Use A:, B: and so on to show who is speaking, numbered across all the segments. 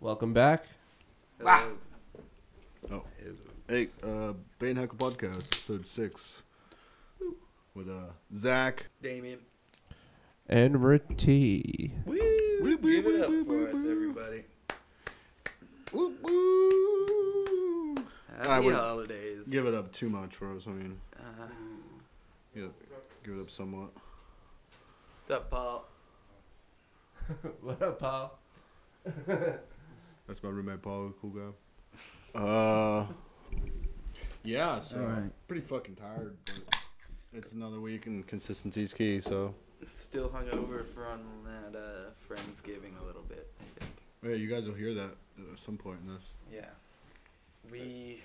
A: Welcome back.
B: Hey, uh, Bane Hacker Podcast, episode six, with uh Zach.
C: Damien.
A: And Rati.
C: Woo, Give it up for us, everybody. Woo, woo.
B: I
C: Happy
B: would
C: holidays.
B: Give it up too much, Rose. I mean,
C: Uh,
B: give give it up somewhat.
C: what's up, Paul?
A: what up, Paul?
B: That's my roommate Paul, cool guy. Uh, yeah. So
D: Alright.
B: pretty fucking tired, but it's another week and consistency's key. So
C: Still hungover from that uh, Friendsgiving a little bit, I think.
B: yeah, you guys will hear that at some point in this.
C: Yeah. We.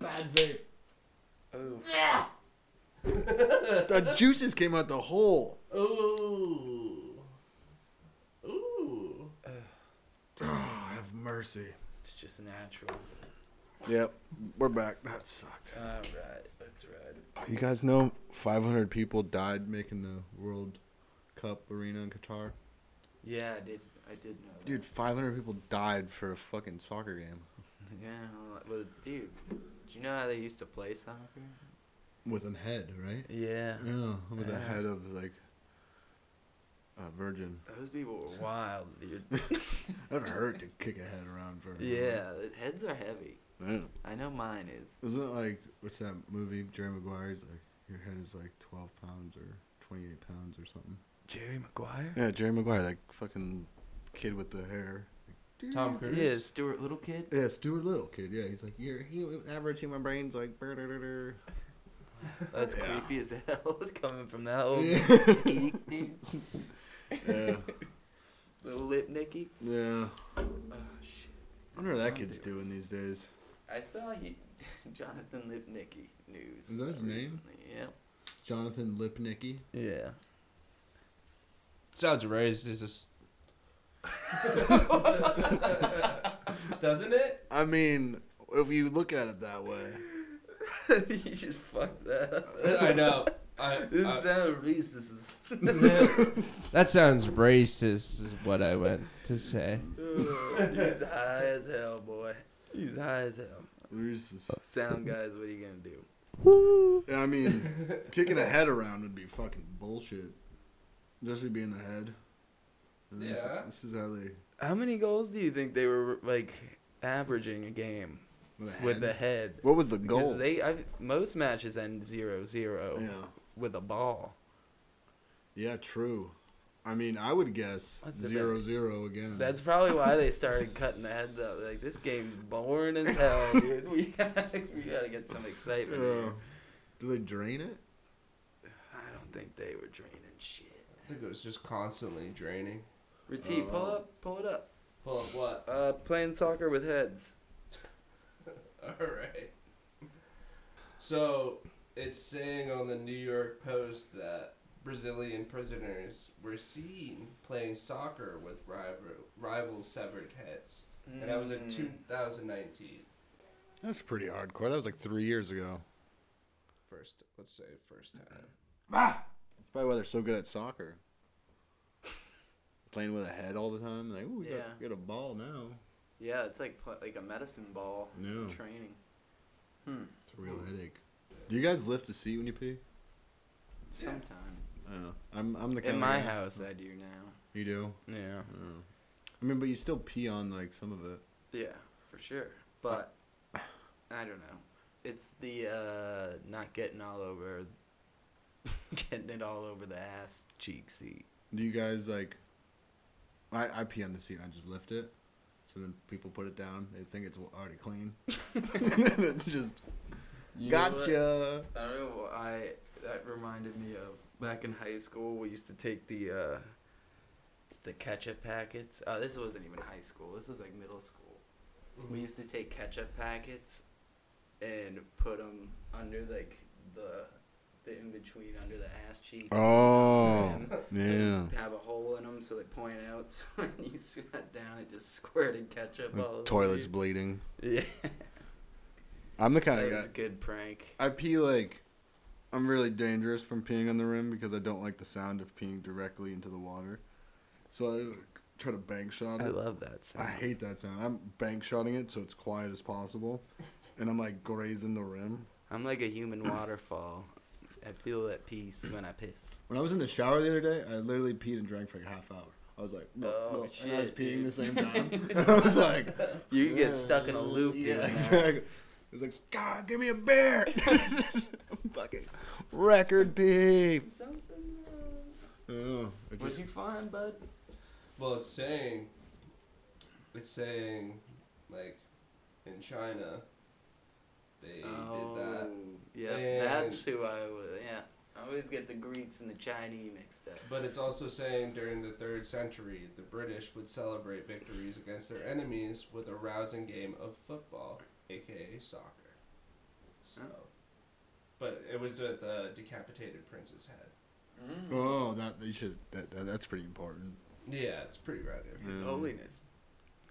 A: Bad vape.
C: Oh.
B: the juices came out the hole.
A: Ooh. Ooh.
B: Oh, have mercy.
C: It's just natural.
B: Yep, we're back. That sucked.
C: All right. That's right.
B: You guys know 500 people died making the World Cup arena in Qatar?
C: Yeah, I did. I did know. That.
B: Dude, 500 people died for a fucking soccer game.
C: Yeah. well, Well, dude, do you know how they used to play soccer?
B: With a head, right?
C: Yeah.
B: Yeah, with a
C: Yeah.
B: head of like a virgin.
C: Those people were wild, dude.
B: That hurt to kick a head around for.
C: yeah, the heads are heavy.
B: yeah.
C: I know mine is.
B: Isn't it like, what's that movie? Jerry Maguire's like, your head is like 12 pounds or 28 pounds or something.
C: Jerry Maguire?
B: Yeah, Jerry Maguire, that fucking kid with the hair.
A: Tom Cruise.
C: Yeah, Stuart Little Kid.
B: Yeah, Stuart Little kid. Yeah, he's like, your hu- average human brain's like. brr-rr-rr-rr."
C: That's
B: Yeah.
C: creepy as hell. It's coming from that old
B: Yeah.
C: geek, dude.
B: Yeah.
C: Little lip Nicky.
B: Yeah. Oh,
C: Oh, shit.
B: I wonder what that kid's doing these days.
C: I saw he, Jonathan Lipnicki news.
B: Is that his name?
C: Yeah.
B: Jonathan Lipnicki.
C: Yeah.
A: Sounds racist. Doesn't it?
B: I mean, if you look at it that way.
C: you just fucked that up.
A: I know. I,
C: This
A: I-
C: sound racist.
A: that sounds racist, is what I went to say.
C: He's high as hell, boy. He's high as hell.
B: Rhesus.
C: Sound guys, what are you gonna do?
B: I mean, kicking a head around would be fucking bullshit. Just to be in the head. And This,
A: Yeah.
B: this is how they.
C: How many goals do you think they were like averaging a game
B: With, a
C: with
B: head.
C: the head?
B: What was the
C: Because
B: goal?
C: They i most matches end 0-0
B: yeah.
C: with a ball.
B: Yeah, true. I mean, I would guess
C: What's the
B: zero zero again.
C: That's probably why they started cutting the heads out. Like this game's boring as hell, dude. We gotta, we gotta get some excitement.
B: Yeah.
C: here.
B: Do they drain it?
C: I don't think they were draining shit.
A: I think it was just constantly draining.
C: Reti, pull
B: Oh.
C: up, pull it up.
A: Pull up what?
C: Uh, playing soccer with heads.
A: Alright. So, it's saying on the New York Post that Brazilian prisoners were seen playing soccer with rival, rivals' severed heads. And that was in
C: Mm.
A: 2019.
B: That's pretty hardcore. That was like three years ago.
A: First, let's say first time.
B: Probably why they're so good at soccer. Playing with a head all the time, like ooh, we
C: Yeah.
B: got, we got a ball now.
C: Yeah, it's like pl- like a medicine ball
B: Yeah.
C: training.
B: It's a real headache. Do you guys lift a seat when you pee?
C: Sometime
B: I don't know. I'm I'm the kind
C: in
B: of
C: my
B: guy-
C: house, I do now.
B: You do.
C: Yeah.
B: I, don't know. I mean, but you still pee on like some of it.
C: Yeah, for sure. But I don't know. It's the uh, not getting all over, getting it all over the ass cheek seat.
B: Do you guys like? I I pee on the seat. I just lift it. So then people put it down. They think it's already clean. and it's just
C: know
B: gotcha.
C: I don't know. why I that reminded me of back in high school. We used to take the uh, the ketchup packets. Uh, this wasn't even high school. This was like middle school.
A: Mm-hmm.
C: We used to take ketchup packets and put them under like the the in between under the ass cheeks.
B: Oh
C: And
B: yeah.
C: Have a hole in them so they point out. So when you sat down, it just squirted ketchup all over.
B: Mm, Toilet's
C: you.
B: bleeding.
C: Yeah,
B: I'm the kind
C: that
B: of guy.
C: was a good prank.
B: I pee like I'm really dangerous from peeing on the rim because I don't like the sound of peeing directly into the water. So I try to bank shot
C: I
B: it.
C: love that
B: I
C: sound.
B: hate that sound. I'm bank shotting it so it's quiet as possible, and I'm like grazing the rim.
C: I'm like a human waterfall. I feel at peace when I piss.
B: When I was in the shower the other day, I literally peed and drank for like a half hour. I was like, no,
C: Oh,
B: no. and I was
C: shit,
B: peeing
C: dude.
B: the same time. and I was like,
C: You get stuck in a loop. doing
B: Yeah,
C: that.
B: exactly. It's like, God, give me a beer. fucking record pee.
C: Something wrong.
B: Oh, it
C: Was
B: just,
C: you fine, bud?
A: Well, it's saying, it's saying, like, in China, they did
C: Oh.
A: that.
C: yeah,
A: And-
C: that's who I was. Yeah, I always get the Greeks and the Chinese mixed up.
A: But it's also saying during the third century, the British would celebrate victories against their enemies with a rousing game of football, aka soccer. So, but it was at the decapitated prince's head.
B: oh, that they should. That, that that's pretty important.
A: Yeah, it's pretty radical.
C: His
B: Yeah.
C: Holiness,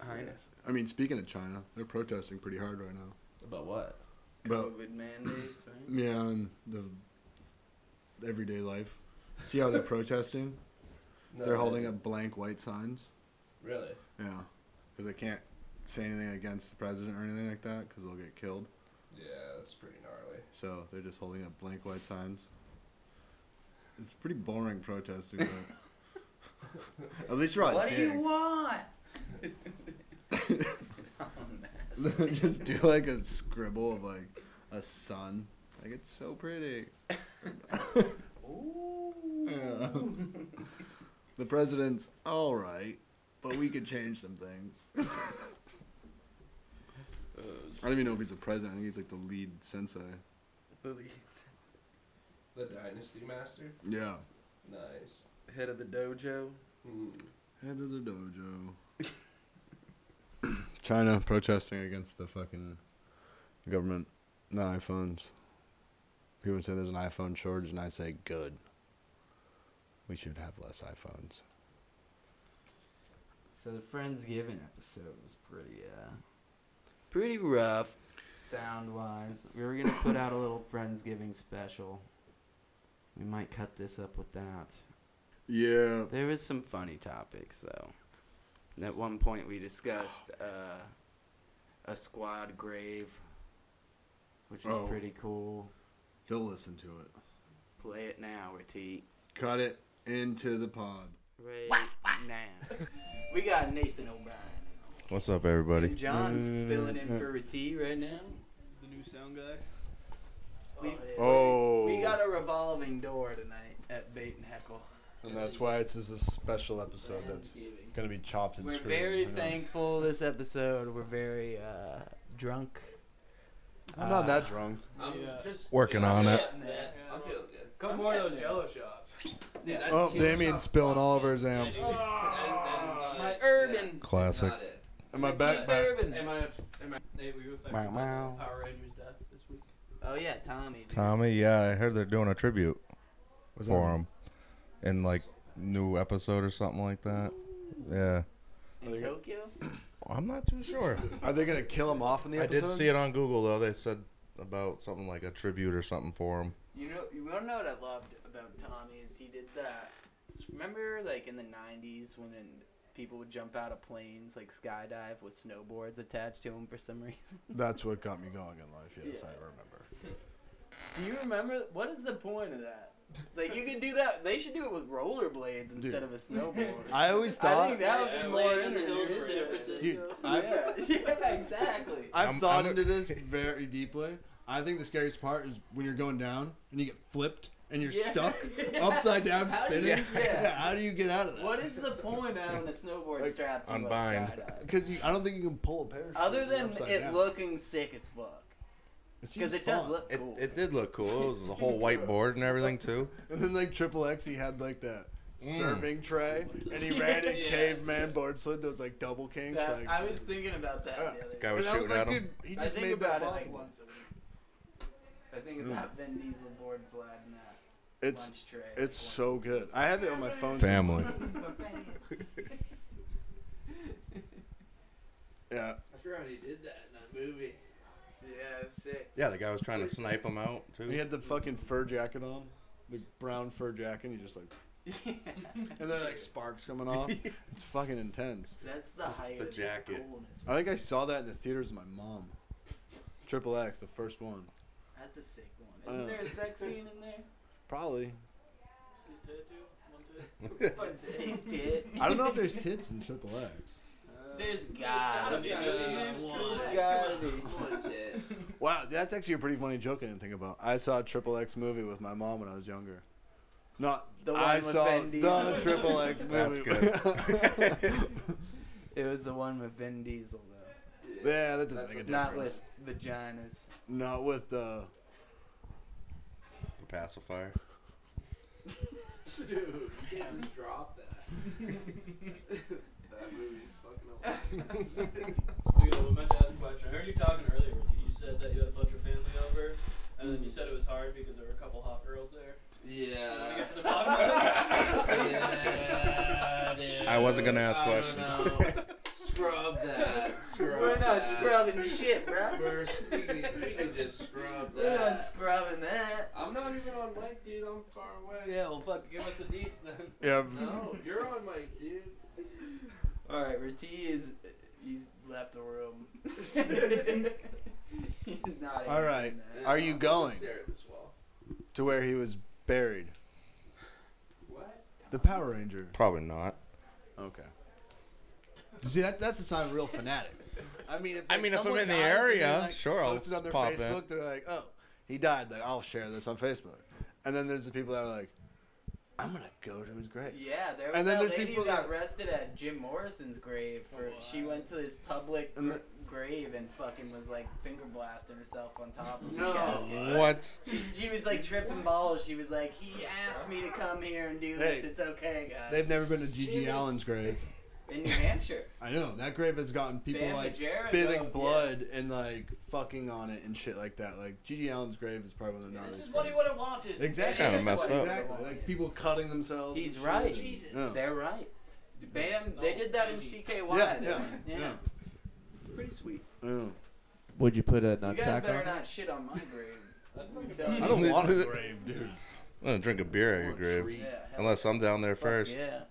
C: Highness,
B: I mean, speaking of China, they're protesting pretty hard right now.
A: About what?
B: But
C: COVID mandates, right?
B: yeah, and the everyday life. See how they're protesting?
A: No,
B: they're
A: they
B: holding
A: didn't.
B: up blank white signs.
A: Really?
B: Yeah, because they can't say anything against the president or anything like that because they'll get killed.
A: Yeah, that's pretty gnarly.
B: So they're just holding up blank white signs. It's pretty boring protesting, but at least you're on
C: What do
B: dick.
C: you want?
B: just do like a scribble of like a sun. Like it's so pretty. Yeah.
C: Ooh.
B: The president's all right, but we could change some things. I don't even know if he's a president. I think he's like the lead sensei.
A: The Dynasty Master?
B: Yeah.
A: Nice.
C: Head of the dojo.
A: Hmm.
B: Head of the dojo. China protesting against the fucking government. The iPhones. People say there's an iPhone shortage, and I say, good. We should have less iPhones.
C: So the Friendsgiving episode was pretty, uh, pretty rough, sound wise. We were gonna put out a little Friendsgiving special. We might cut this up with that.
B: Yeah.
C: There was some funny topics though. At one point, we discussed uh, a squad grave, which was
B: Oh.
C: pretty cool.
B: They'll listen to it.
C: Play it now, Retief.
B: Cut it into the pod.
C: Right now. We got Nathan O'Brien.
D: What's up, everybody?
C: And John's filling in for Reti right now.
E: The new sound guy.
C: We,
B: Oh.
C: we got a revolving door tonight at Bait and Heckle.
B: And that's why it's this is a special episode that's
C: Friendsgiving.
B: going to be chopped and
C: We're
B: screwed.
C: very
B: you know?
C: thankful this episode. We're very uh, drunk.
B: I'm not that
C: Uh,
B: drunk.
A: I'm
E: Yeah.
A: just
D: Working on it.
A: getting there. I'm feeling good.
E: Couple
C: I'm
E: more of
C: getting
E: those
C: there.
E: jello shots.
A: Yeah, that's
B: Oh,
A: cute.
B: Damien's spilling all over his amp.
A: That is not
C: My
A: it.
C: urban.
D: Classic.
A: Not it.
B: And my
C: Keith
B: backpack.
C: Urban.
E: Am I? Am I? Nate, were you affected
B: Wow,
E: by
B: wow.
E: the Power Rangers death this week?
C: Oh yeah, Tommy. Dude.
D: Tommy, yeah, I heard they're doing a tribute
B: What's
D: for
B: that?
D: him in like new episode or something like that. Yeah,
C: In Tokyo.
D: I'm not too sure.
B: Are they going to kill him off in the
D: I
B: episode?
D: did see it on Google though. They said about something like a tribute or something for him.
C: You know, you wanna know what I loved about Tommy is he did that. Remember, like in the '90s when then people would jump out of planes, like skydive with snowboards attached to them for some reason.
B: That's what got me going in life. Yes, I remember.
C: Do you remember? What is the point of that? It's like you can do that. They should do it with rollerblades instead
B: Dude.
C: of a snowboard.
B: I always
C: I
B: thought.
C: think that would be
E: Yeah,
C: more
E: Lane and San
C: interesting.
E: Francisco.
B: Dude, I've,
C: Yeah, yeah, exactly.
B: I've
D: I'm-
B: thought
D: I'm a-
B: into this very deeply. I think the scariest part is when you're going down and you get flipped and you're
C: Yeah.
B: stuck upside down
C: How do you-
B: spinning.
C: yeah.
B: How do you get out of that?
C: What is the point of having a snowboard strapped to a
D: unbind.
C: skydive?
B: Because I don't think you can pull a parachute.
C: Other
B: when you're
C: than
B: upside
C: it
B: down.
C: looking sick as fuck.
B: It seems
C: Because it does
B: fun.
C: look
D: It,
C: cool.
D: it did look cool. It was the whole whiteboard and everything too.
B: And then like Triple X, he had like that
D: Mm.
B: serving tray, and he ran in
E: Yeah.
B: caveman board slid. Those like double kinks.
C: That-
B: like,
C: I was thinking about that
B: Uh,
C: the other
D: guy
C: day.
D: was
B: and I was
D: shooting
B: like,
D: at him.
B: dude, he
C: I
B: just
C: think
B: made
C: about
B: that
C: it like
B: possible.
C: once a week. I think about Vin Diesel board sliding that
B: it's
C: lunch tray.
B: it's
C: once
B: so good. I have it on my phone.
D: Family.
B: Yeah.
E: I forgot he did that in that movie.
C: a week. Yeah, it was sick.
D: Yeah, the guy was trying to snipe him out
B: He
D: too.
B: had the fucking fur jacket on, the brown fur jacket. And he just like and then like sparks coming off. it's fucking intense.
C: That's the height
D: the
C: of
D: jacket.
C: coolness.
B: I think I saw that in the theaters with my mom. Triple X, the first one.
C: That's a sick one.
B: I
C: Isn't
B: know.
C: there a sex scene in there?
B: Probably.
E: See tattoo? One tattoo?
C: Fucking sick tit.
B: I don't know if there's tits in Triple X.
E: Uh,
C: There's gotta be
E: There's
C: one.
E: gotta be
C: one tit.
B: Wow, that's actually a pretty funny joke I didn't think about. I saw a Triple X movie with my mom when I was younger. Not
C: The one
B: I
C: with
B: saw
C: Vin Diesel.
B: the Triple X
D: That's
B: movie.
C: It was the one with Vin Diesel though.
B: yeah, that doesn't
A: That's
B: make a difference.
C: Not with vaginas.
B: Not with the
D: The pacifier.
E: Dude.
A: You can't just drop that. that movie's fucking
E: Speaking of, I meant to ask a question. I heard you talking earlier. You said that you had a bunch of family over, and
A: Mm-hmm.
E: then you said it was hard because there were a couple hot girls there. You wanna
A: Yeah.
E: get to the bottom of this?
A: yeah dude.
D: I wasn't gonna ask
A: I
D: questions.
A: don't know. Scrub that. Scrub
C: We're not
A: that.
C: scrubbing shit, bro.
A: We're, we, can, we can just scrub
C: We're not
A: that.
C: scrubbing that.
A: I'm not even on mic, dude. I'm far away.
E: Yeah, well, fuck. Give us the deets then.
B: yeah.
A: No, you're on mic, dude.
C: All right, Rati is he left the room. He's not.
B: All right.
C: answering that.
B: Are you
A: I'll
B: going?
A: Stare at this wall.
B: To where he was buried.
A: What?
B: The Power Ranger.
D: Probably not.
B: Okay. See, that, that's a sign of real fanatic. I mean, if
D: I mean, if I'm
B: someone
D: in the
B: dies and they,
D: area, sure, I'll
B: post it on their
D: pop in.
B: Facebook. They're like, oh, he died. Like, I'll share this on Facebook. And then there's the people that are like, I'm gonna go to his grave.
C: Yeah, there was
B: And then
C: that
B: there's
C: lady who
B: people
C: got
B: that-
C: arrested at Jim Morrison's grave for she went to this public
B: And
C: gr-
B: the-
C: grave and fucking was like finger blasting herself on top of his
E: No.
C: casket.
D: What?
C: She, she was like tripping balls. She was like, "He asked me to come here and do this.
B: Hey.
C: it's okay, guys."
B: They've never been to G.G. Allen's grave.
C: In New Hampshire,
B: I know that grave has gotten people
C: Bam
B: like
C: Margera,
B: spitting
C: though,
B: blood and like fucking on it and shit like that. Like G.G. Allen's grave is probably one of the
E: This is
B: gnarliest.
E: what he
B: graves.
E: would have wanted.
B: Exactly.
D: Kinda messed up.
B: Exactly. Like people cutting themselves.
C: he's
B: and shit.
C: right.
E: Jesus.
B: Yeah.
C: They're right. Bam, they did that in CKY.
B: Yeah,
C: though.
B: yeah, yeah.
C: Pretty sweet.
B: yeah.
F: Would you put a
C: You
F: nut
C: guys
F: sack
C: better
F: on?
C: not shit on my grave.
E: That's
C: Let me
E: fucking
C: tell you.
B: I don't want a grave, dude.
D: I'm gonna drink a beer at your
B: Or a
D: grave.
B: tree.
C: Yeah, hell
D: Unless I'm down there
C: Fuck
D: first.
C: yeah.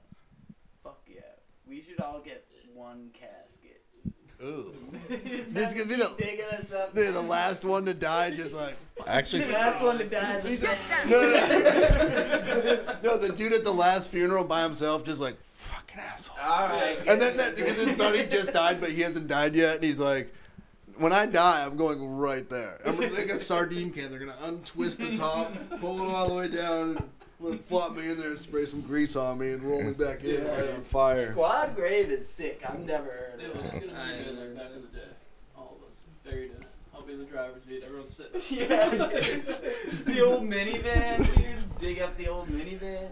C: Fuck yeah. We should all get one casket.
B: Ooh.
C: this
B: This could be the-
C: digging us up.
B: They're the last one to die, just like
D: Actually,
C: The last one to die is a bad.
B: no, no, no. no. The dude at the last funeral by himself, just like fucking assholes.
C: All right.
B: And then that because his buddy just died, but he hasn't died yet, and he's like, "When I die, I'm going right there. I'm gonna like a sardine can. They're gonna untwist the top, pull it all the way down, and flop me in there, and spray some grease on me, and roll me back in and light it on fire."
C: Squad grave is sick. I've never heard
E: Dude,
C: of it.
E: it's gonna be good like back in the day. All of us buried in it. I'll be in the driver's seat. Everyone's sitting.
C: Yeah. the old minivan, dude. Dig up the old minivan.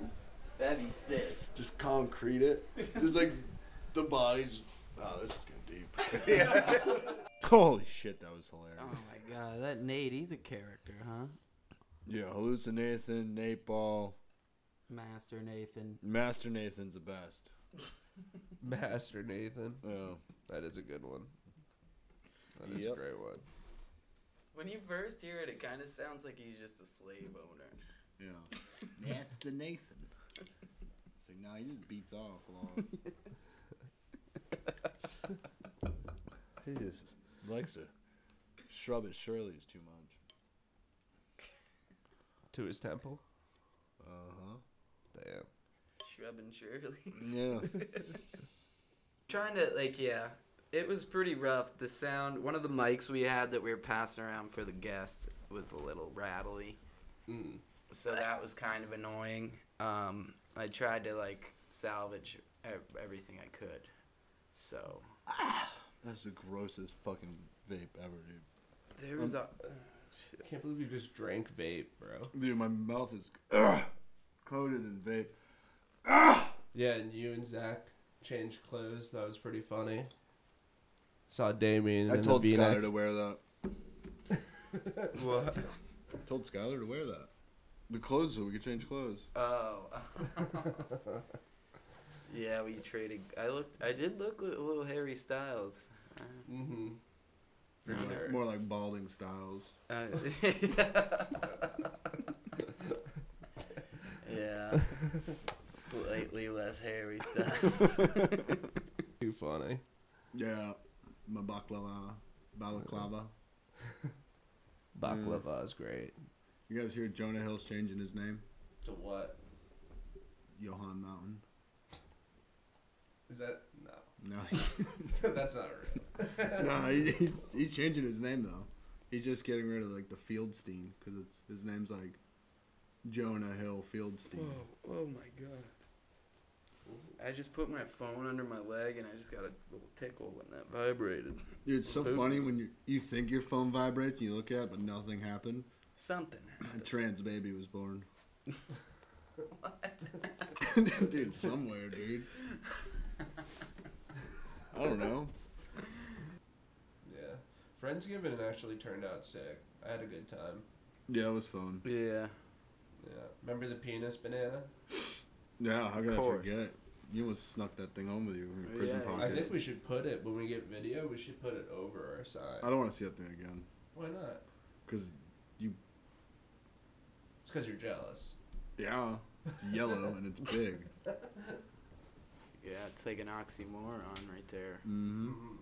C: That'd be sick.
B: Just concrete it. Just like the body. Just, oh, this is getting deep.
F: Holy shit, that was hilarious.
C: Oh my god, that Nate, he's a character, huh?
B: Yeah.
F: Hallucin Nathan, Nate Ball,
C: Master Nathan.
F: Master Nathan's the best.
A: Master Nathan.
F: Yeah.
A: That is a good one. That is a
F: Yep.
A: great one.
C: When you first hear it, it kind of sounds like he's just a slave owner.
F: Yeah. That's the Nathan. So now he just beats off a lot. he just likes to shrub at Shirley's too much.
A: To his temple.
F: Uh huh.
A: Damn.
C: Shrubbing Shirley.
F: Yeah.
C: Trying to like yeah. It was pretty rough. The sound one of the mics we had that we were passing around for the guests was a little rattly.
A: Mm.
C: So that was kind of annoying. Um I tried to like salvage e- everything I could. So
F: That's the grossest fucking vape ever, dude.
C: there was a
A: Can't believe you just drank vape, bro.
F: Dude, my mouth is coated in vape.
A: Yeah, and you and Zach changed clothes. That was pretty funny. Saw Damien
F: I
A: in
F: told
A: a V-neck.
F: Skylar to wear that.
A: What?
F: I told Skylar to wear that. The clothes, so we could change clothes.
C: oh Yeah, we traded I looked I did look li- a little Harry Styles.
A: Mm-hmm. For
C: More-
A: sure.
F: More like balding styles.
C: Uh, yeah. slightly less hairy stuff.
A: Too funny.
B: Yeah, my baklava, balaclava.
A: Baklava is great.
B: You guys hear Jonah Hill's changing his name?
A: To what?
B: Johan Mountain.
A: Is that no?
B: No,
A: That's not real.
B: no, he, he's he's changing his name though. He's just getting rid of like the Fieldstein because it's his name's like Jonah Hill Fieldstein.
C: oh my god. I just put my phone under my leg and I just got a little tickle when that vibrated.
B: Dude, it's so
C: Who?
B: funny when you you think your phone vibrates and you look at it, but nothing happened.
C: Something
B: A
C: happened.
B: trans baby was born.
C: What?
B: dude, somewhere, dude. I don't know.
A: Yeah. Friendsgiving actually turned out sick. I had a good time.
B: Yeah, it was fun.
C: Yeah.
A: Yeah. Remember the penis banana?
B: Yeah, how could I
C: course.
B: forget? You almost snuck that thing home with you in your prison
C: Yeah,
B: pocket.
A: I think we should put it when we get video. We should put it over our sign.
B: I don't want to see that thing again
A: Why not?
B: because
A: It's because you're jealous.
B: yeah, it's yellow and it's big.
C: Yeah, it's like an oxymoron right there.
B: Mm-hmm.
A: Mm-hmm.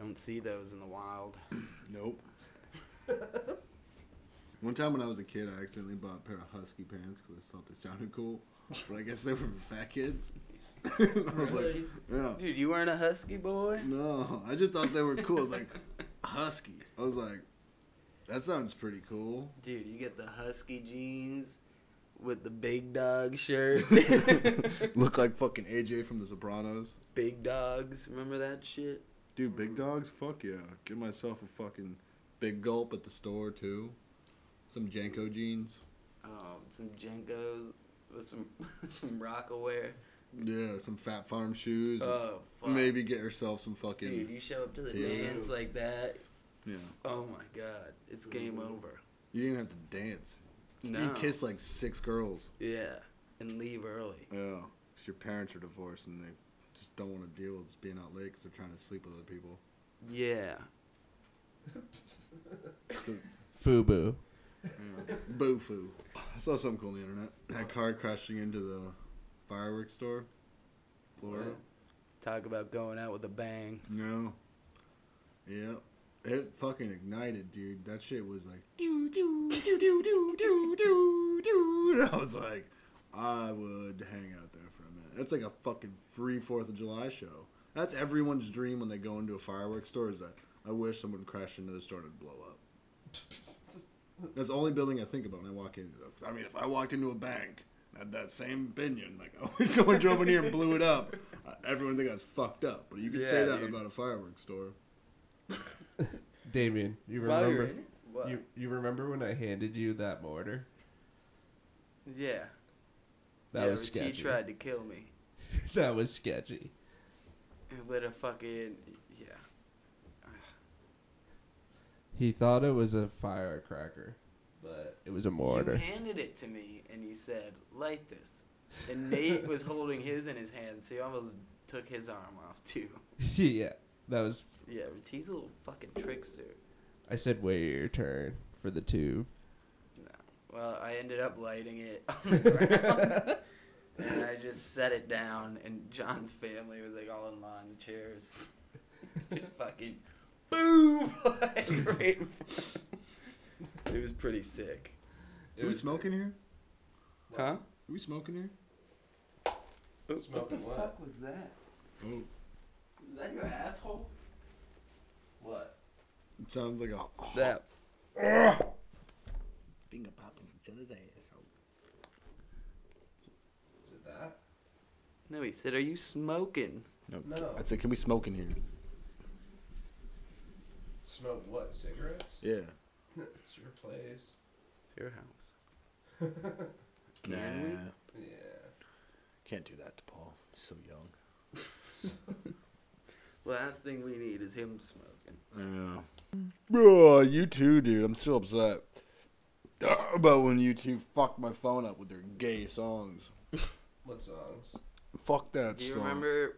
C: Don't see those in the wild.
B: Nope. One time when I was a kid, I accidentally bought a pair of husky pants because I thought they sounded cool, but I guess they were for fat kids. And I was like, yeah,
C: Dude, you weren't a husky boy?
B: no, I just thought they were cool. I was like, husky. I was like, that sounds pretty cool.
C: Dude, you get the husky jeans with the big dog shirt.
B: Look like fucking AJ from The Sopranos.
C: big dogs, remember that shit?
B: Dude, big dogs? Fuck yeah. Give myself a fucking big gulp at the store, too. Some Janko jeans.
C: Oh, some Jenkos with some some Rockaware.
B: Yeah, some Fat Farm shoes.
C: Oh, fuck.
B: Maybe get yourself some fucking.
C: Dude, you show up to the
B: Yeah.
C: dance like that.
B: Yeah.
C: Oh my god, it's game over.
B: You didn't have to dance.
C: No.
B: Mm-hmm. You kissed like six girls.
C: Yeah, and leave early.
B: Yeah. Because your parents are divorced and they just don't want to deal with being out late because they're trying to sleep with other people.
C: Yeah.
A: Fubu.
B: Boo foo. I saw something cool on the internet. That car crashing into the fireworks store. Florida.
C: Talk about going out with a bang.
B: No. Yeah. It fucking ignited, dude. That shit was like do do do do do do do do. And I was like, I would hang out there for a minute. That's like a fucking free Fourth of July show. That's everyone's dream when they go into a fireworks store. Is that I wish someone crashed into the store and it'd blow up. That's the only building I think about when I walk into though. 'Cause, I mean, if I walked into a bank and had that same opinion, like, oh, someone drove in here and blew it up, uh, everyone think I was fucked up. But you could say
C: Yeah,
B: that
C: dude.
B: about a fireworks store.
A: Damien, you
C: While you're
A: remember?
C: in it? What?
A: You you remember when I handed you that mortar?
C: yeah.
A: That
C: yeah,
A: was
C: but
A: sketchy.
C: He tried to kill me.
A: that was sketchy.
C: And With a fucking yeah.
A: He thought it was a firecracker, but it was a
C: You
A: mortar.
C: handed it to me and you said, "Light this." And Nate was holding his in his hand, so he almost took his arm off too.
A: yeah, that was.
C: Yeah, but he's a little fucking trickster.
A: I said, wait your turn for the tube.
C: Well, I ended up lighting it on the ground. and I just set it down, and John's family was like all in line, the chairs. just fucking boom! like, right in front. It was pretty sick.
A: It
B: Are we
A: was
B: smoking here?
C: Huh?
B: Are we smoking here?
A: Smoking what?
C: was that?
B: Oh,
C: Is that your asshole?
A: What?
B: it sounds like a
C: That.
B: finger popping each other's ass.
A: Is it that?
C: No, he said, Are you smoking?
A: No.
B: I said, can we smoke in here?
A: Smoke what? Cigarettes?
B: Yeah.
A: it's your place.
C: To your house. Can we?
B: Nah,
A: Yeah.
B: can't do that to Paul. He's so young.
C: Last thing we need is him smoking.
B: Yeah. Bro, you too, dude. I'm still upset about when you two fucked my phone up with their gay songs.
A: What songs?
B: Fuck that
C: Do you
B: song.
C: remember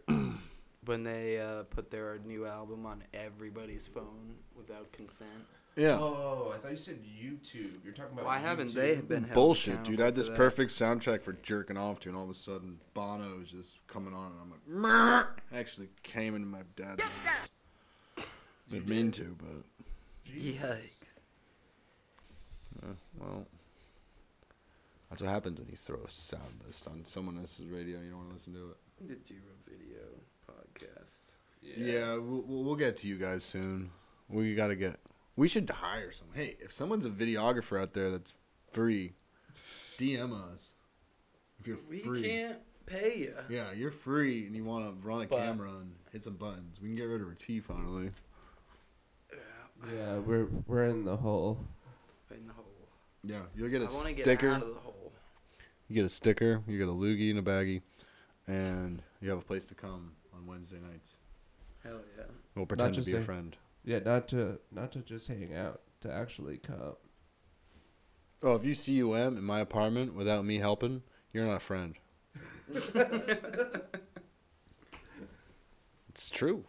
C: when they uh, put their new album on everybody's phone without consent?
F: Yeah.
A: Oh, I thought you said YouTube. You're talking about.
C: Why haven't
A: YouTube.
C: they been held
B: Bullshit,
C: accountable
B: dude. I had
C: for
B: this
C: that?
B: perfect soundtrack for jerking off to, and all of a sudden Bono is just coming on, and I'm like, "Meh." actually came into my dad's. house. Didn't mean to, but
C: Yikes.
B: well, that's what happens when you throw a sound list on someone else's radio. You don't want to listen to it.
C: The Jira video podcast.
B: Yeah, we'll, we'll we'll get to you guys soon. We gotta get. We should hire someone. Hey, if someone's a videographer out there that's free, DM us. If you're
C: We
B: free,
C: can't pay you.
B: yeah, you're free, and you want to run a
C: But-
B: camera and hit some buttons. We can get rid of her T finally.
A: Yeah, we're we're in the hole.
C: In the hole.
B: Yeah, you'll get
C: I
B: a
C: want to get
B: sticker.
C: out of the hole.
B: you get a sticker. You get a loogie and a baggie, and you have a place to come on Wednesday nights.
C: Hell yeah.
B: We'll pretend to
A: just
B: be a
A: a-
B: friend.
A: Yeah, not to not to just hang out, to actually come.
B: Oh, if you see UM in my apartment without me helping, you're not a friend. it's true.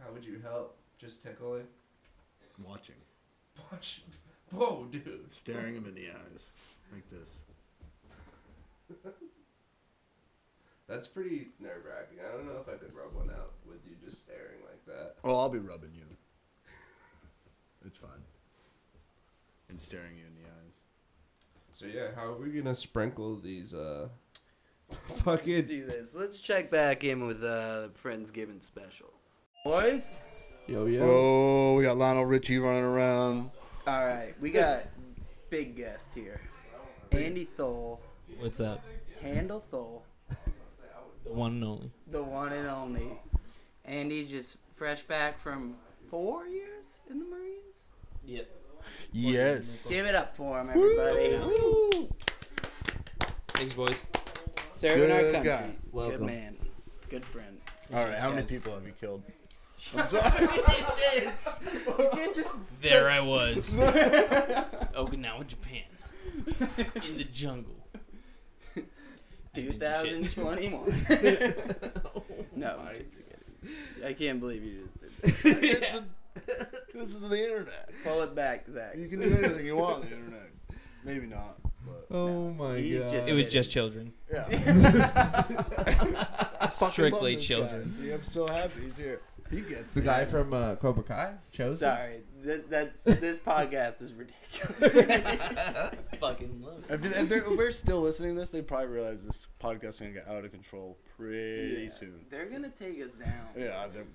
A: How would you help? Just tickling?
B: Watching,
A: Watch. Whoa, dude.
B: staring him in the eyes, like this.
A: That's pretty nerve wracking. I don't know if I could rub one out with you just staring like that.
B: Oh, I'll be rubbing you. It's fine. And staring you in the eyes.
A: So yeah, how are we gonna sprinkle these uh
C: Let's
A: fucking
C: do this. Let's check back in with uh, Friendsgiving special. Boys?
A: yo yo
B: Oh, we got Lionel Richie running around.
C: All right, we got big guest here. Andy Thole,
G: What's up?
C: Handle Thole,
G: The one and only.
C: the one and only. Andy just fresh back from four years in the Marines.
G: Yep.
B: Yes.
C: Give it up for him, everybody.
G: Thanks, boys.
C: Serving our
B: Good
C: country.
B: guy.
A: Welcome.
C: Good man. Good friend.
B: All right, how many people have you killed?
G: There I was. Okinawa, Japan. In the jungle.
C: 2021. no, I'm just kidding. I can't believe you just did that.
B: It's a- this is the internet.
C: Pull it back, Zach.
B: You can do anything you want on the internet. Maybe not, but
A: Oh my
C: He's
A: god.
C: just-
G: It was just children.
B: yeah. I fucking
G: Strictly
B: love this
G: children.
B: Guy. See, I'm so happy he's here. He gets
A: the
B: it.
A: guy from uh, Cobra Kai? Chose?
C: Sorry, th- that's this podcast is ridiculous.
G: Fucking love it.
B: If, if, they're, if we're still listening to this, they probably realize this podcast's gonna get out of control pretty
C: Yeah.
B: soon.
C: They're gonna take us down.
B: Yeah. they're-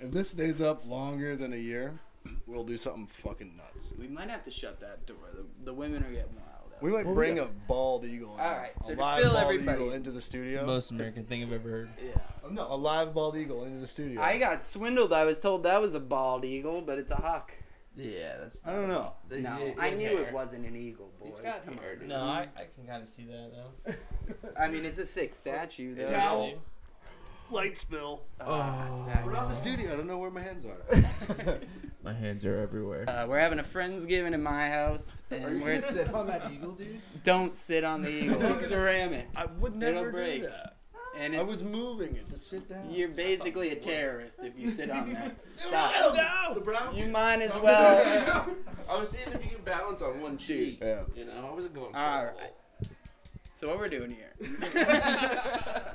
B: If this stays up longer than a year, we'll do something fucking nuts.
C: We might have to shut that door. The, the women are getting wild. Out.
B: We might
A: Well, we
B: bring
A: got-
B: a bald eagle. in,
C: Alright, so
B: a
C: to
B: live
C: fill
B: bald
C: everybody-
B: eagle into the
G: It's
B: studio. Oh,
G: the most American thing I've ever heard.
C: yeah.
B: no, a live bald eagle into the studio.
C: I got swindled. I was told that was a bald eagle, but it's a hawk.
A: Yeah, that's
B: I don't know.
C: No, I knew it wasn't an eagle, boys. Come on.
G: No, I, I can kind of see that, though.
C: I mean, it's a sick statue, though.
B: Towel. Light spill. We're not in the studio. I don't know where my hands are.
A: My hands are everywhere.
C: Uh, we're having a friendsgiving in my house, and we're
A: sit on that eagle, dude?
C: don't sit on the eagle. It's ceramic,
B: I would never do
C: break.
B: that.
C: and
B: I
C: it's
B: was moving it to sit down.
C: you're basically a terrorist if you sit on that. Stop.
B: The brown.
C: You might as well.
A: I was seeing if you can balance on one cheek.
B: Yeah.
A: You know, I wasn't going for
C: All right. So what we're doing here?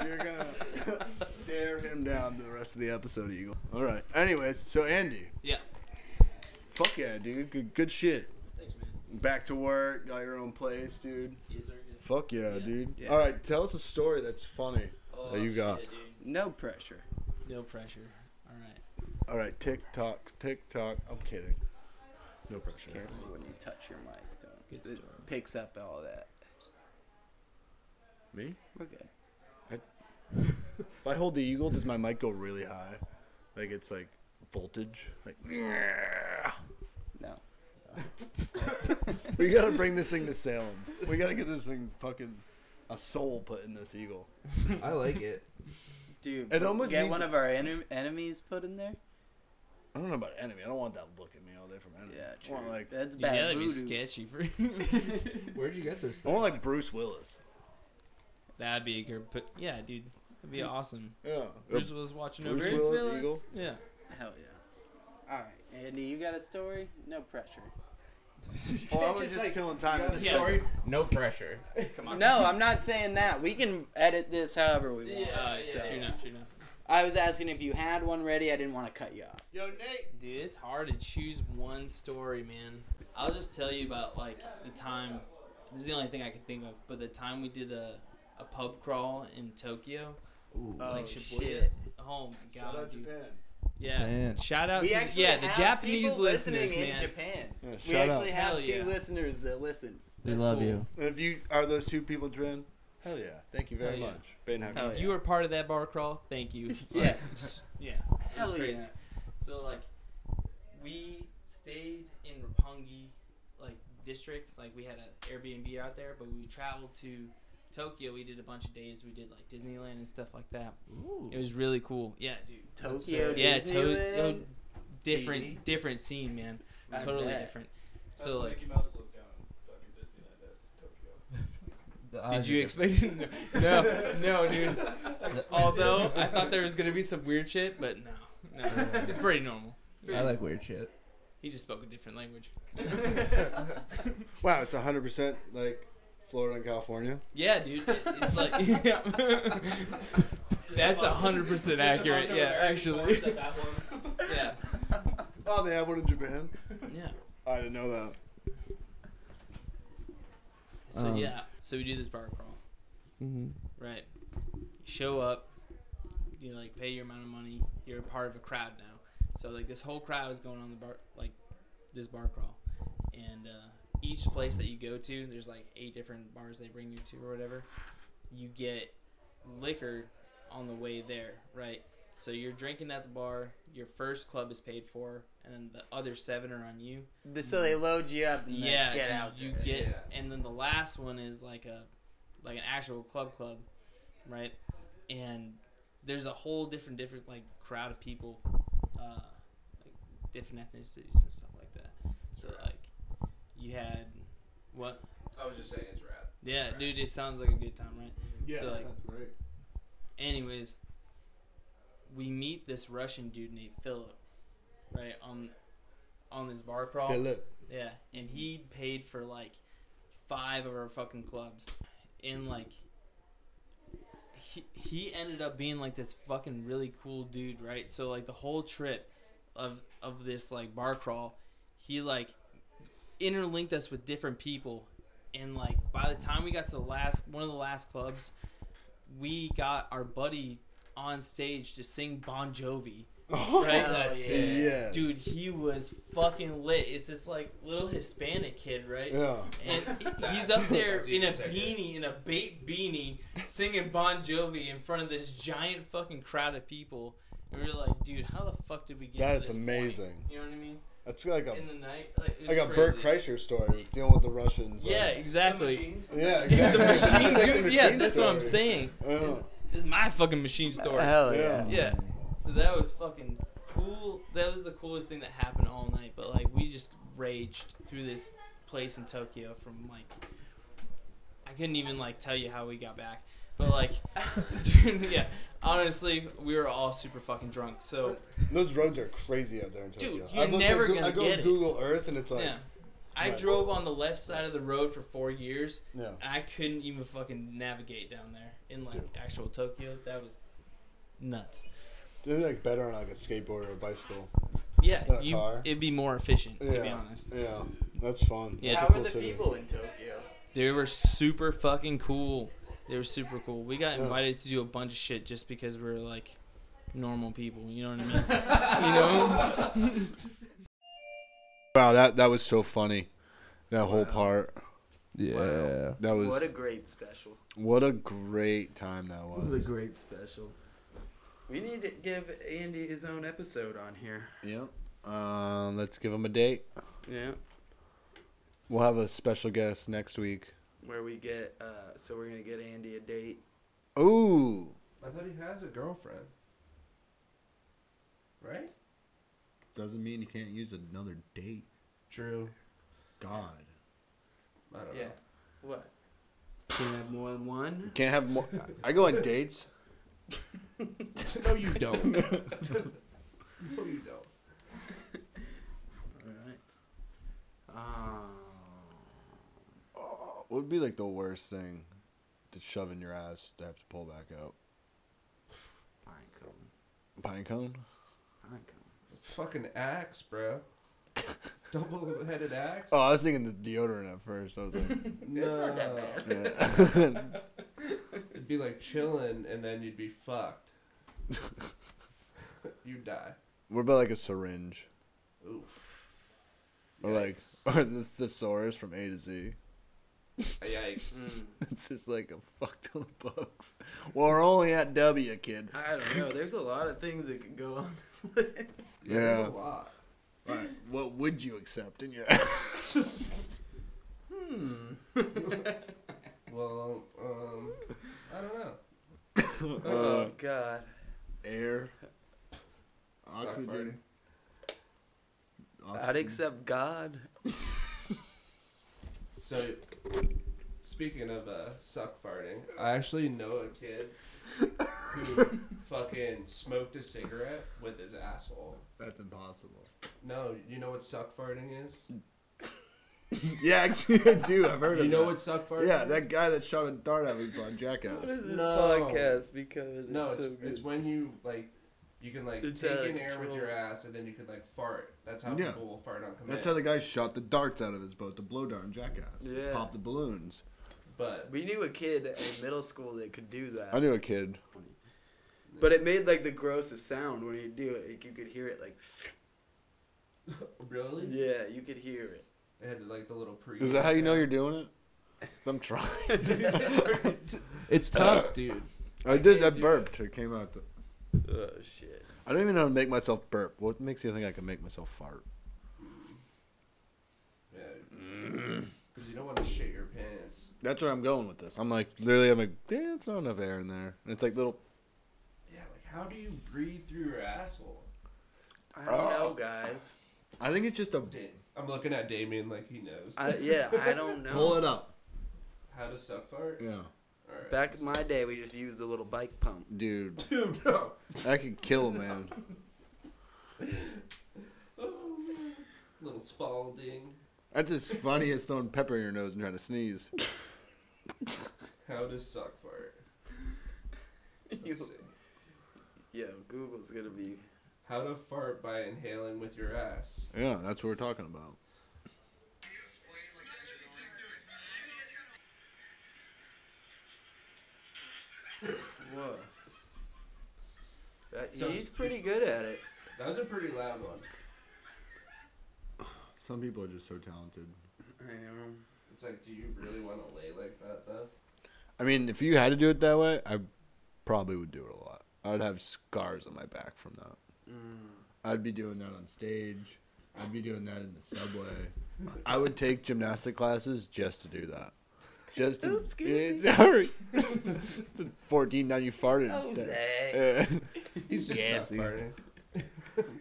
B: You're gonna stare him down the rest of the episode, Eagle. All right. Anyways, so Andy,
G: Yeah.
B: fuck yeah, dude. Good, good shit.
G: Thanks, man.
B: Back to work. Got your own place, dude.
G: Yes, sir.
B: Fuck yeah,
G: Yeah.
B: dude.
C: Yeah.
B: All right, tell us a story that's funny.
G: Oh,
B: That you got.
G: shit, dude.
C: No pressure.
G: No pressure. All right.
B: All right, tick tock, tick tock. I'm kidding. No pressure.
C: Careful when you touch your mic. Don't.
G: Good
C: it
G: story.
C: picks up all that.
B: Me?
C: We're good.
B: If I hold the eagle, does my mic go really high? Like it's like voltage. Like yeah.
C: No.
B: We gotta bring this thing to Salem. We gotta get this thing fucking a soul put in this eagle.
A: I like it.
C: Dude,
B: It almost
C: get
B: needs-
C: one of our enem- enemies put in there.
B: I don't know about enemy. I don't want that look at me all day from enemy.
C: Yeah,
B: I
C: true.
B: want like
C: That's
G: Yeah,
C: bad
G: that'd be
C: voodoo.
G: sketchy for you.
A: Where'd you get this?
B: I want like Bruce Willis.
G: That'd be a good. But yeah, dude, that'd be awesome.
B: Yeah.
G: Bruce was watching
B: Bruce
G: over.
B: Willis, Eagle.
G: Yeah.
C: Hell yeah. All right, Andy, you got a story? No pressure.
B: Well, I
C: Just
B: was Oh, just
C: like-
B: killing time. with this
G: Yeah.
B: segment.
A: No pressure.
C: No, I'm not saying that. We can edit this however we want.
G: Uh,
C: so.
G: yeah, sure enough, sure enough.
C: I was asking if you had one ready. I didn't want to cut you off.
B: Yo, Nate.
G: Dude, it's hard to choose one story, man. I'll just tell you about like the time. This is the only thing I could think of, but the time we did a, a pub crawl in Tokyo, like Shibuya. Oh my god,
B: Shout out
G: dude.
B: Japan.
G: Yeah.
F: Man.
G: Shout out
C: We
G: to
C: actually
G: yeah the
C: have
G: Japanese
C: people listening
G: listeners,
C: in
G: man.
C: Japan.
B: Yeah,
C: we
B: shout out.
C: actually
G: Hell
C: have two
G: yeah.
C: listeners that listen.
G: That's love cool. you.
B: And if you are those two people in Japan, hell yeah. Thank you very
G: Hell yeah.
B: much. Bainham.
C: Hell
G: If you were part of that bar crawl, thank you.
C: Yes.
G: yeah.
C: Hell
G: It was crazy.
C: yeah.
G: So like, we stayed in Roppongi, like districts. Like we had an Airbnb out there, but we traveled to Tokyo. We did a bunch of days. We did like Disneyland and stuff like that. It was really cool. Yeah, dude.
C: Tokyo
G: yeah,
C: Disneyland.
G: Tokyo. Different,
C: Gee.
G: different scene, man.
C: I
G: totally
C: bet.
G: different.
E: That's
G: So
E: what
G: like,
E: Mickey Mouse looked down fucking Disneyland at Tokyo.
G: did you expect? no, no, dude. Although I thought there was gonna be some weird shit, but no, no, it's pretty normal.
H: I like weird shit.
G: He just spoke a different language.
B: Wow, it's 100% like Florida and California.
G: Yeah, dude. it- It's like yeah. that's
E: a
G: hundred percent accurate. Yeah, actually.
E: Said that one.
G: Yeah,
B: Oh, they have one in Japan?
G: yeah.
B: I didn't know that.
G: So
H: Um,
G: yeah, so we do this bar crawl,
H: Mm-hmm.
G: right? You show up, you like pay your amount of money. You're a part of a crowd now. So like this whole crowd is going on the bar, like this bar crawl, and uh, each place that you go to, there's like eight different bars they bring you to or whatever. You get liquor on the way there, right? So you're drinking at the bar. Your first club is paid for, and then the other seven are on you.
C: The- So they load you up and
G: oh, yeah,
C: then get
G: dude,
C: out.
G: you
C: there.
G: get,
A: Yeah.
G: and then the last one is like a, like an actual club club, right? And there's a whole different different like crowd of people, uh, like different ethnicities and stuff like that. So like, you had, what?
A: I was just saying it's rad.
G: Yeah,
A: Right.
G: dude, it sounds like a good time, right?
B: Yeah,
G: So, like-
B: sounds great.
G: anyways, we meet this Russian dude named Philip, right on, on this bar crawl.
B: Philip.
G: Yeah, and he paid for like five of our fucking clubs, and like he he ended up being like this fucking really cool dude, right? So like the whole trip of of this like bar crawl, he like interlinked us with different people, and like by the time we got to the last one of the last clubs, we got our buddy on stage to sing Bon Jovi, right?
C: Hell
G: Like,
C: yeah.
B: Yeah.
G: Dude, he was fucking lit. It's this like little Hispanic kid, right?
B: Yeah.
G: And he's up there
A: That's
G: in a
A: even sicker.
G: beanie, in a bait beanie, singing Bon Jovi in front of this giant fucking crowd of people. And we were like, dude, how the fuck did we get?
B: That
G: to
B: is
G: this
B: amazing.
G: point? You know what I mean?
B: That's like a
G: In the night, like, it was
B: like a
G: crazy.
B: Bert Kreischer story dealing with the Russians. like-
G: Yeah, exactly.
E: Machine.
B: yeah,
G: The
B: exactly. It's like
G: machine,
B: the
G: dude, yeah,
B: machine
G: that's what I'm
B: story.
G: saying.
B: Yeah.
G: This, this is my fucking machine story.
C: Hell
B: Yeah.
C: yeah.
G: Yeah. So that was fucking cool. That was the coolest thing that happened all night. But like we just raged through this place in Tokyo from like I couldn't even like tell you how we got back. But like dude, yeah. Honestly, we were all super fucking drunk. So
B: Those roads are crazy out there in Tokyo.
G: Dude,
B: I
G: you're
B: looked at
G: never
B: Goo-
G: gonna
B: I go
G: get
B: on
G: it.
B: Google Earth and it's like,
G: yeah. I
B: Right.
G: drove on the left side of the road for four years.
B: yeah.
G: and I couldn't even fucking navigate down there in like
B: Dude.
G: actual Tokyo. That was nuts.
B: They're like better on like a skateboard or a bicycle.
G: Yeah,
B: Not a
G: you,
B: car.
G: it'd be more efficient to be
B: Yeah.
G: honest.
B: Yeah, that's fun.
G: Yeah.
B: That's
C: How
B: a
C: are
B: cool
C: the
B: city.
C: people in Tokyo?
G: They were super fucking cool. They were super cool. We got
B: Yeah.
G: invited to do a bunch of shit just because we were like normal people. You know what I mean? you know?
B: Wow, that that was so funny. That whole part.
H: Yeah.
B: That was
C: What
B: what
C: a
B: a,
C: great special.
B: great time that was.
C: What a great special. We need to give Andy his own episode on here.
B: Yep. Um, let's give them a date.
C: Yeah.
B: We'll have a special guest next week.
C: Where we get, uh, so we're going to get Andy a date.
B: Ooh.
A: I thought he has a girlfriend. Right?
B: Doesn't mean you can't use another date.
A: True.
B: God.
A: I don't
C: Yeah.
A: know.
C: Uh, What? Can we have more than one?
B: Can't have more. I go on dates.
A: no, you don't. no, you don't.
C: Oh, Um,
B: What would be like the worst thing to shove in your ass to have to pull back out?
C: pine cone.
B: Pine cone?
C: Pine cone.
A: Fucking axe, bro. Double headed axe?
B: Oh, I was thinking the deodorant at first. I was like,
A: no.
B: yeah.
A: It'd be like chilling and then you'd be fucked. you'd die.
B: what about like a syringe
A: Oof.
B: or like
A: Yikes.
B: or the thesaurus from A to Z?
A: Yikes.
C: Mm,
B: It's just like a fuck ton of bugs. Well, we're only at W, kid.
C: I don't know. There's a lot of things that could go on this list.
A: Yeah. There's
B: Yeah.
A: a lot.
B: All right, what would you accept in your ass?
C: Hmm.
A: Well, um, I don't know.
B: Uh,
C: Oh God.
B: Air,
A: Suck
B: oxygen.
C: I'd accept God.
A: So, speaking of uh, suck farting, I actually know a kid who fucking smoked a cigarette with his asshole.
B: That's impossible.
A: No, you know what suck farting is?
B: yeah, actually, I do. I've heard of
A: You know
B: that.
A: what suck farting
B: Yeah,
A: is?
B: that guy that shot a dart at me on
C: What is
B: Jackass.
C: this
A: No.
C: podcast becoming?
A: No,
C: it's,
A: it's,
C: so good.
A: it's when you, like, you can, like,
C: It's
A: take
C: out of
A: in air with
C: control.
A: your ass and then you can, like, fart. That's how
B: Yeah.
A: people will fart on command.
B: That's how the guy shot the darts out of his boat, the blow dart on Jackass.
C: Yeah.
B: Pop the balloons.
A: but,
C: we knew a kid in middle school that could do that.
B: I knew a kid.
C: But it made like the grossest sound when you do it. Like, you could hear it like.
A: really?
C: Yeah, you could hear it.
A: They had, like, the little pre.
B: Is that how you know you're doing it? 'Cause I'm trying.
A: It's tough, dude.
B: I did.
A: can't
B: I
A: do
B: burped. It came out. The,
C: Oh shit.
B: I don't even know how to make myself burp. What makes you think I can make myself fart?
A: Yeah. Because you don't want to shit your pants.
B: That's where I'm going with this. I'm like, literally, I'm like, yeah, it's not enough air in there. And it's like little.
A: Yeah, like how do you breathe through your asshole?
C: I don't know, guys.
B: I think it's just a
A: Da- I'm looking at Damien like he knows.
C: I, yeah, I don't know.
B: pull it up.
A: how to suck fart?
B: Yeah,
A: All right.
C: Back in my day, we just used the little bike pump.
B: dude,
A: Dude, no.
B: that could kill a man.
A: Oh, Little Spalding.
B: That's as funny as throwing pepper in your nose and trying to sneeze.
A: How to suck fart?
C: You-
A: Let's see.
C: yeah, Google's gonna be.
A: How to fart by inhaling with your ass.
B: Yeah, that's what we're talking about.
C: Whoa. That,
A: So
C: he's
A: it's-
C: pretty good at it.
A: That was a pretty loud one.
B: Some people are just so talented.
C: I know.
A: It's like, do you really want to lay like that though?
B: I mean, if you had to do it that way, I probably would do it a lot. I'd have scars on my back from that. I'd be doing that on stage. I'd be doing that in the subway. I would take gymnastic classes just to do that. Just to,
C: Oops, excuse
B: Yeah, sorry. Fourteen ninety farted.
C: Oh, Jose.
B: Yeah.
A: He's just
B: gassy.
A: suck farting.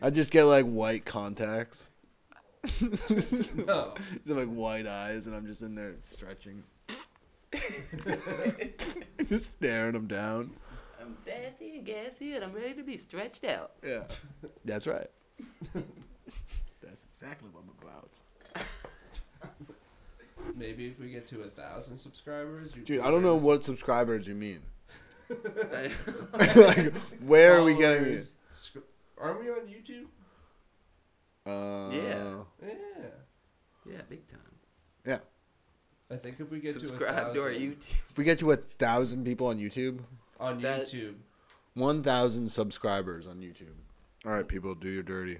B: I'd just get like white contacts.
A: No.
B: Some like white eyes, and I'm just in there stretching, just staring them down.
C: I'm sassy and gassy, and I'm ready to be stretched out.
B: Yeah. That's right. That's exactly what I'm about.
A: Maybe if we get to a thousand subscribers, you
B: Dude, I don't know what subscribers you mean.
C: I-
B: like, where are we getting
A: Followers,
B: this?
A: sc- Aren't we on YouTube?
B: Uh,
C: Yeah.
A: Yeah.
C: yeah, big time.
B: Yeah.
A: I think if we get to a
C: Subscribe to our
A: thousand-
C: YouTube.
B: If we get to a thousand people on YouTube,
A: on
C: That-
A: YouTube.
B: one thousand subscribers on YouTube. All right, people, do your dirty.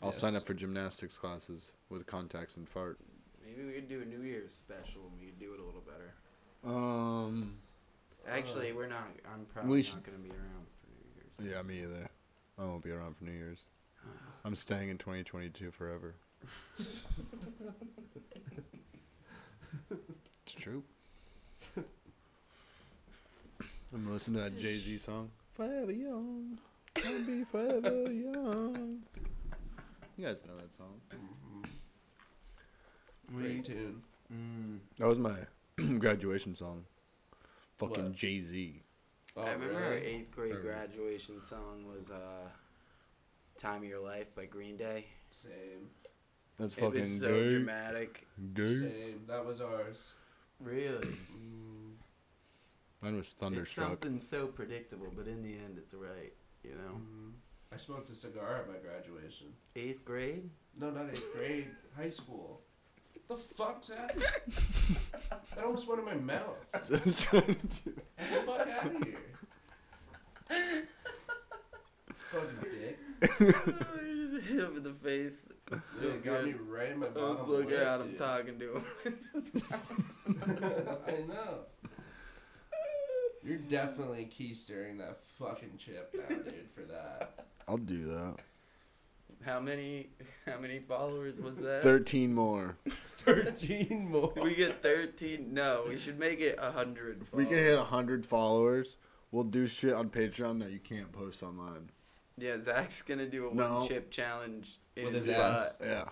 B: I'll
A: Yes.
B: sign up for gymnastics classes with contacts and fart.
C: Maybe we could do a New Year's special and we could do it a little better.
B: Um.
C: Actually, we're not. I'm probably
B: should-
C: not going to be around for New Year's.
B: Yeah, me either. I won't be around for New Year's. I'm staying in 2022 forever. it's true. I'm gonna listen to that Jay Z song. Forever young, I'll be forever young. You guys know that song.
A: Great tune.
C: Mm.
B: That was my graduation song. Fucking
A: What?
B: Jay Z.
A: Oh,
C: I remember our
A: really?
C: eighth grade
B: Or-
C: graduation song was uh, "Time of Your Life" by Green Day.
A: Same.
B: That's
C: It
B: fucking
C: was so
B: gay.
C: dramatic.
B: Gay.
A: Same. That was ours.
C: Really.
A: Mm,
B: Mine was
C: It's
B: thunderstruck.
C: something so predictable, but in the end, it's right. You know,
A: mm. I smoked a cigar at my graduation.
C: eighth grade.
A: No, not eighth grade. High school. The fuck's that? that almost went in my mouth. Get the fuck out of here. Fucking dick.
C: you just hit him in the face. So
A: Dude, it got me
C: good. Oh,
A: right in my
C: I
A: bottom
C: was looking
A: lip,
C: at him
A: dude.
C: talking to him.
A: I know. You're definitely keystering that fucking chip now, dude, for that.
B: I'll do that.
C: How many? How many followers was that?
B: Thirteen more.
A: 13 more.
C: Did we get thirteen? No, we should make it hundred.
B: If we can hit hundred followers, we'll do shit on Patreon that you can't post online.
C: Yeah, Zach's gonna do a
B: No.
C: one chip challenge in
A: With his
C: butt.
B: Yeah.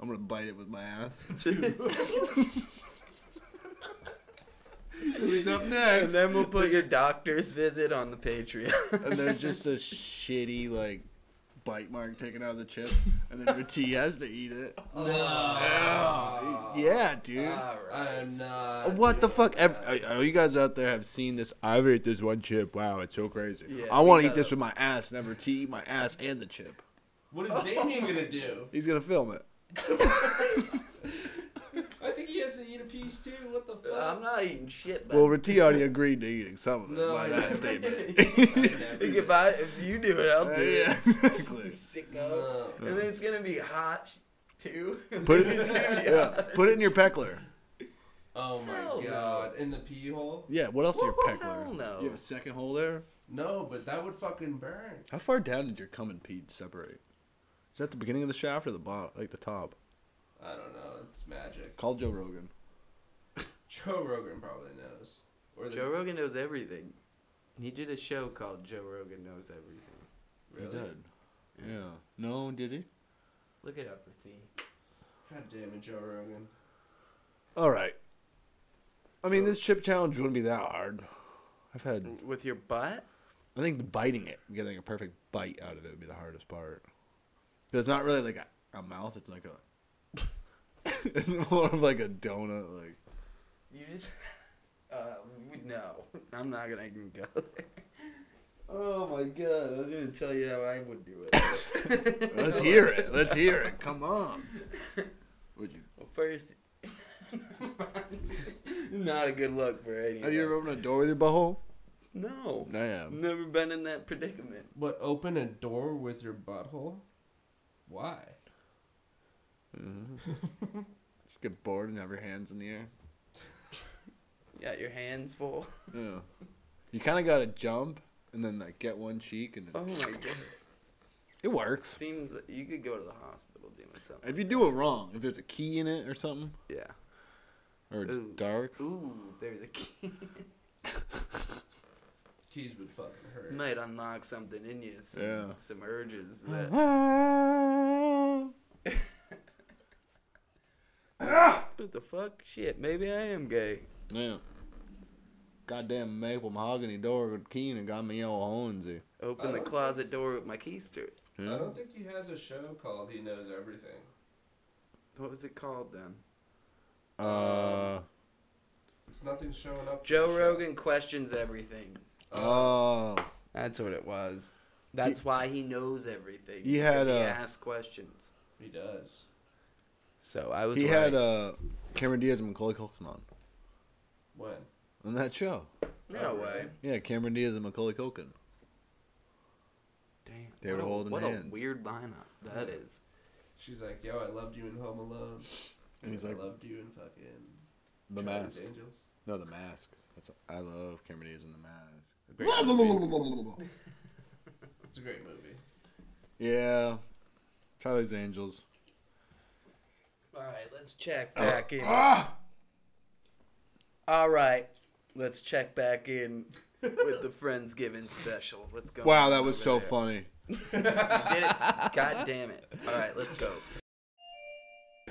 B: I'm gonna bite it with my ass. Who's up
C: and
B: next?
C: then we'll put your doctor's visit on the Patreon.
B: and there's just a shitty like bite mark taken out of the chip, and then your T has to eat it.
A: No.
B: Yeah, dude.
A: I'm not.
B: what the
A: doing
B: fuck? Ev-
A: that.
B: uh, all you guys out there have seen this. I've ate this one chip. Wow, it's so crazy.
C: Yeah,
B: I want
C: we
B: to eat this
C: gotta-
B: with my ass. Never T eat my ass and the chip.
A: What is Damien gonna do?
B: He's gonna film it.
A: I think he has to eat a piece too. What the fuck?
C: I'm not eating shit. But
B: Well, Rati already agreed to eating some of it
A: No,
B: by
A: yeah.
B: that statement.
C: if I if you do it, I'll do
B: Uh,
C: it.
B: yeah, exactly.
C: Sicko.
A: No.
C: And then it's gonna be hot too.
B: Put
C: It's
B: it,
C: gonna be
B: yeah, put it in your peckler.
A: Oh my
C: Hell no.
A: god. In the pee hole?
B: Yeah, what else in your
C: Whoa,
B: peckler?
C: hell no.
B: You have a second hole there?
A: No, but that would fucking burn.
B: How far down did your cum and pee separate? Is that the beginning of the shaft or the bottom, like the top?
A: I don't know. It's magic.
B: Call Joe Rogan.
A: Joe Rogan probably knows. Or the,
C: Joe Rogan knows everything. He did a show called Joe Rogan Knows Everything.
A: really?
B: Yeah. No, did he?
C: Look it up, Rati.
A: God damn it, Joe Rogan.
B: All right. I mean, this chip challenge wouldn't be that hard. I've had.
C: With your butt?
B: I think biting it, getting a perfect bite out of it, would be the hardest part. 'Cause It's not really like a, a mouth. It's like a. it's more of like a donut. Like
C: You just. Uh, w- no. I'm not gonna even go there. Oh my god, I was gonna tell you how I would do it.
B: let's hear it. Let's hear it. Come on. Would you?
C: well, first. not a good look for any.
B: Have
C: of
B: you
C: us.
B: ever opened a door with your butthole?
C: No.
B: I
C: I've
B: am.
C: never been in that predicament.
A: What, open a door with your butthole? Why?
B: Just get bored and have your hands in the air.
C: You got your hands full.
B: Yeah. You kind of gotta jump and then like get one cheek and
C: Oh
B: then,
C: my god.
B: it works.
C: Seems that you could go to the hospital doing something.
B: If you do it wrong, if there's a key in it or something,
C: Yeah.
B: or it's
C: Ooh.
B: dark.
C: Ooh, there's a key.
A: Keys would fucking hurt.
C: Might unlock something in you. Some,
B: Yeah.
C: Some urges that.
B: Ah.
C: what the fuck? Shit, maybe I am gay.
B: Yeah. Goddamn maple mahogany door with key and got me all onesy.
A: I
C: Open the
A: don't
C: closet door with my keys to it.
A: I don't think he has a show called He Knows Everything.
C: What was it called then?
B: Uh.
A: It's nothing showing up. for
C: Joe
A: the show.
C: Rogan questions everything.
B: Oh.
C: That's what it was. That's why he knows everything.
B: he had
C: because he
B: a-
C: asks questions.
A: He does.
C: So I was.
B: He
C: right.
B: had uh Cameron Diaz and Macaulay Culkin on
A: When?
B: on that show.
C: No way.
B: Yeah, Cameron Diaz and Macaulay Culkin.
C: Damn.
B: They
C: what
B: were
C: a-
B: holding
C: what
B: hands.
C: a weird lineup that is.
A: She's like, yo, I loved you in Home Alone.
B: And he's like,
A: I loved you in fucking
B: The
A: Charlie's
B: Mask.
A: Angels.
B: No, The Mask. That's I love Cameron Diaz and The Mask.
A: It's a great movie.
B: Yeah. Charlie's Angels.
C: All right, let's
B: Uh,
C: check back in.
B: ah!
C: All right, let's check back in with the Friendsgiving special. Let's go.
B: Wow, that was so
C: there.
B: funny.
C: You did it. God damn it. All right, let's go.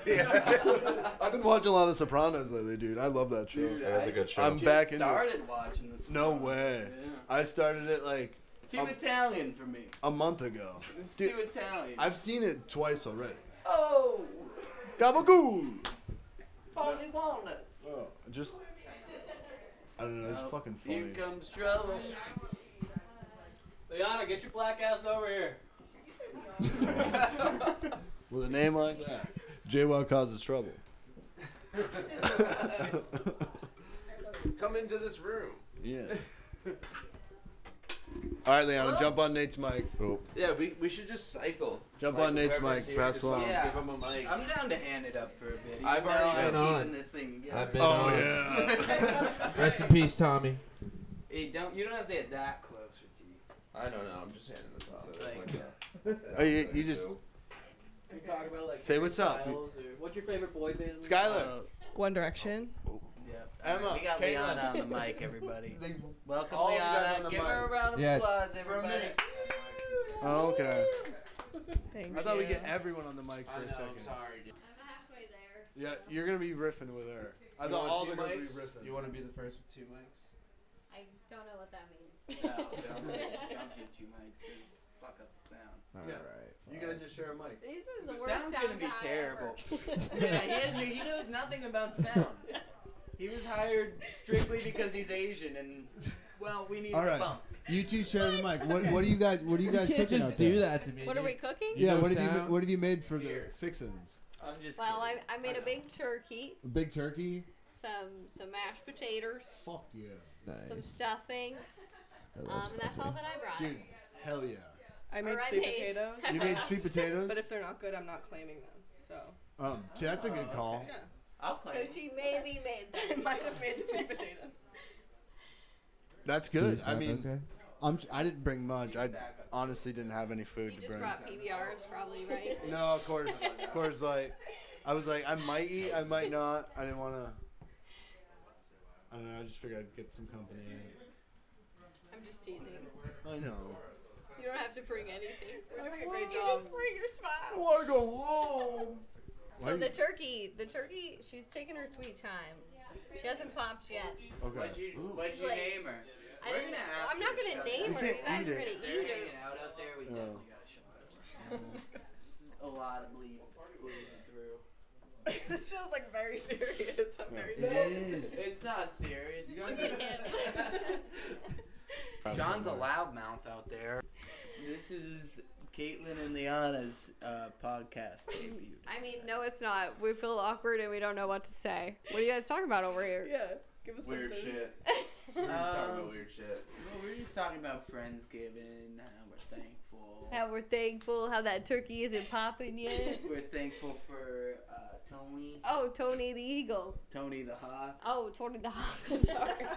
B: I've been watching a lot of The Sopranos lately, dude. I love that show.
I: That's
D: a good show.
B: I'm back into it.
I: started watching this.
B: No way. I started it like
I: Too Italian for me.
B: a month ago.
I: It's
B: um, Dude,
I: too Italian.
B: I've seen it twice already.
I: oh.
B: Gabagool!
C: Holy walnuts.
B: Oh, just. I don't know. It's fucking
C: Here
B: funny.
C: comes trouble.
E: Liana, get your black ass over here.
B: With a name like that, JWoww causes trouble.
A: Come into this room.
B: Yeah. All right, Leon, jump on Nate's mic.
A: Yeah, we, we should just cycle.
B: Jump on Nate's mic, pass along.
C: Yeah.
A: him a mic.
C: I'm down to hand it up for a bit. even
A: I've
C: though
A: already
C: I'm
A: been
C: keeping
H: on.
C: this thing together.
H: I've been
B: Oh
H: on.
B: yeah.
H: Rest in peace, Tommy.
C: Hey, don't you don't have to get that close with you.
A: I don't know. I'm just handing this off. uh,
C: So like,
B: Oh, you, you just
E: You talk about like
B: Say what's up.
E: styles or- what's your favorite boy band?
B: Skylar.
J: One Direction.
C: yeah.
B: Emma,
C: Alright, we got
B: Kayla.
C: Liana
E: uh,
C: on the mic, everybody.
B: They-
C: Welcome,
B: All of you guys on
C: Liana.
B: the
C: Give
B: mic.
C: her a round of
H: Yeah.
C: applause,
B: For a
C: everybody.
B: minute. Oh, okay.
J: Thank
B: I thought
J: you.
B: we'd get everyone on the mic
E: I
B: for
E: know,
B: a
E: I'm
B: second.
E: sorry. dude.
K: I'm halfway there.
B: Yeah,
K: so
B: you're gonna be riffing with her. I thought all the girls would be riffing.
A: You want to be the first with two mics?
K: I don't know what that means.
C: No, don't get, don't get two mics. They just fuck up the sound.
B: Yeah. You guys just share a mic.
K: This is
C: The
K: the worst
C: sound's
K: sound
C: gonna be
K: guy
C: terrible.
K: ever.
C: yeah, he, has, no- he knows nothing about sound. He was hired strictly because he's Asian, and well, we need
F: All right.
C: bump.
F: You two share the mic. What what do you guys what are you guys cooking out there?
H: that to me.
K: What are we cooking?
F: Yeah,
H: You know
F: what have you ma-
H: sound?
F: what have you made for the
A: Here.
F: fixins?
C: I'm just.
K: Well, I,
C: kidding.
K: I made a
C: know.
K: big turkey,
F: A Big turkey?
K: some some mashed potatoes,
F: Fuck yeah.
K: some
H: Nice.
K: stuffing,
H: I love
K: um, and that's
H: stuffing.
K: all that I brought.
B: Dude, hell yeah.
J: I made
K: Alright,
J: sweet
K: Paige.
J: potatoes,
B: You made sweet potatoes?
J: but if they're not good, I'm not claiming them. So
B: Um, see, that's a good call.
J: yeah,
C: I'll play.
K: uh, So she maybe made
J: I
K: them.
J: might have made sweet potatoes.
B: That's
H: Food
B: good. I
H: sound
B: mean,
H: okay?
F: I'm I didn't bring much. I
C: back up.
F: honestly didn't have any food to
K: You just
F: bring.
K: brought PBRs, probably, right?
B: No, of course, of course. Like, I was like, I might eat, I might not. I didn't want to. I don't know. I just figured I'd get some company. in.
K: I'm just teasing.
B: I know.
K: You don't have to bring anything. We're doing a
J: Well,
K: great
J: you
K: job.
J: just
K: bring your
B: I
K: smile.
B: want to go home.
K: So the turkey, the turkey, she's taking her sweet time. She hasn't popped yet.
B: Okay.
C: What'd you, what'd
K: She's
C: you
K: like-
C: name her?
K: I
C: We're
K: didn't,
C: gonna have
K: I'm
C: to
K: not
C: shut
K: gonna name
B: that down. Eat
K: her. You guys are
B: it.
K: gonna
C: They're
K: eat her.
C: hanging out out there. We
B: Yeah.
C: definitely gotta shut her. This is a lot of bleed bleeding through.
J: this feels like very serious. I'm very
B: Yeah.
J: serious.
C: It's not serious.
K: Look at him.
C: John's a loudmouth out there. This is Caitlin and Liana's uh, podcast debut.
K: I mean, no, it's not. We feel awkward and we don't know what to say. What are you guys talking about over here?
J: Yeah, give us
A: Weird
J: something.
A: shit. We're just talking
C: Um,
A: about weird shit.
C: Well, we're just talking about Friendsgiving. How we're thankful.
K: How we're thankful. How that turkey isn't popping yet.
C: we're thankful for uh, Tony,
K: Oh, Tony the eagle.
C: Tony the Hawk.
K: Oh, Tony the hawk. Sorry.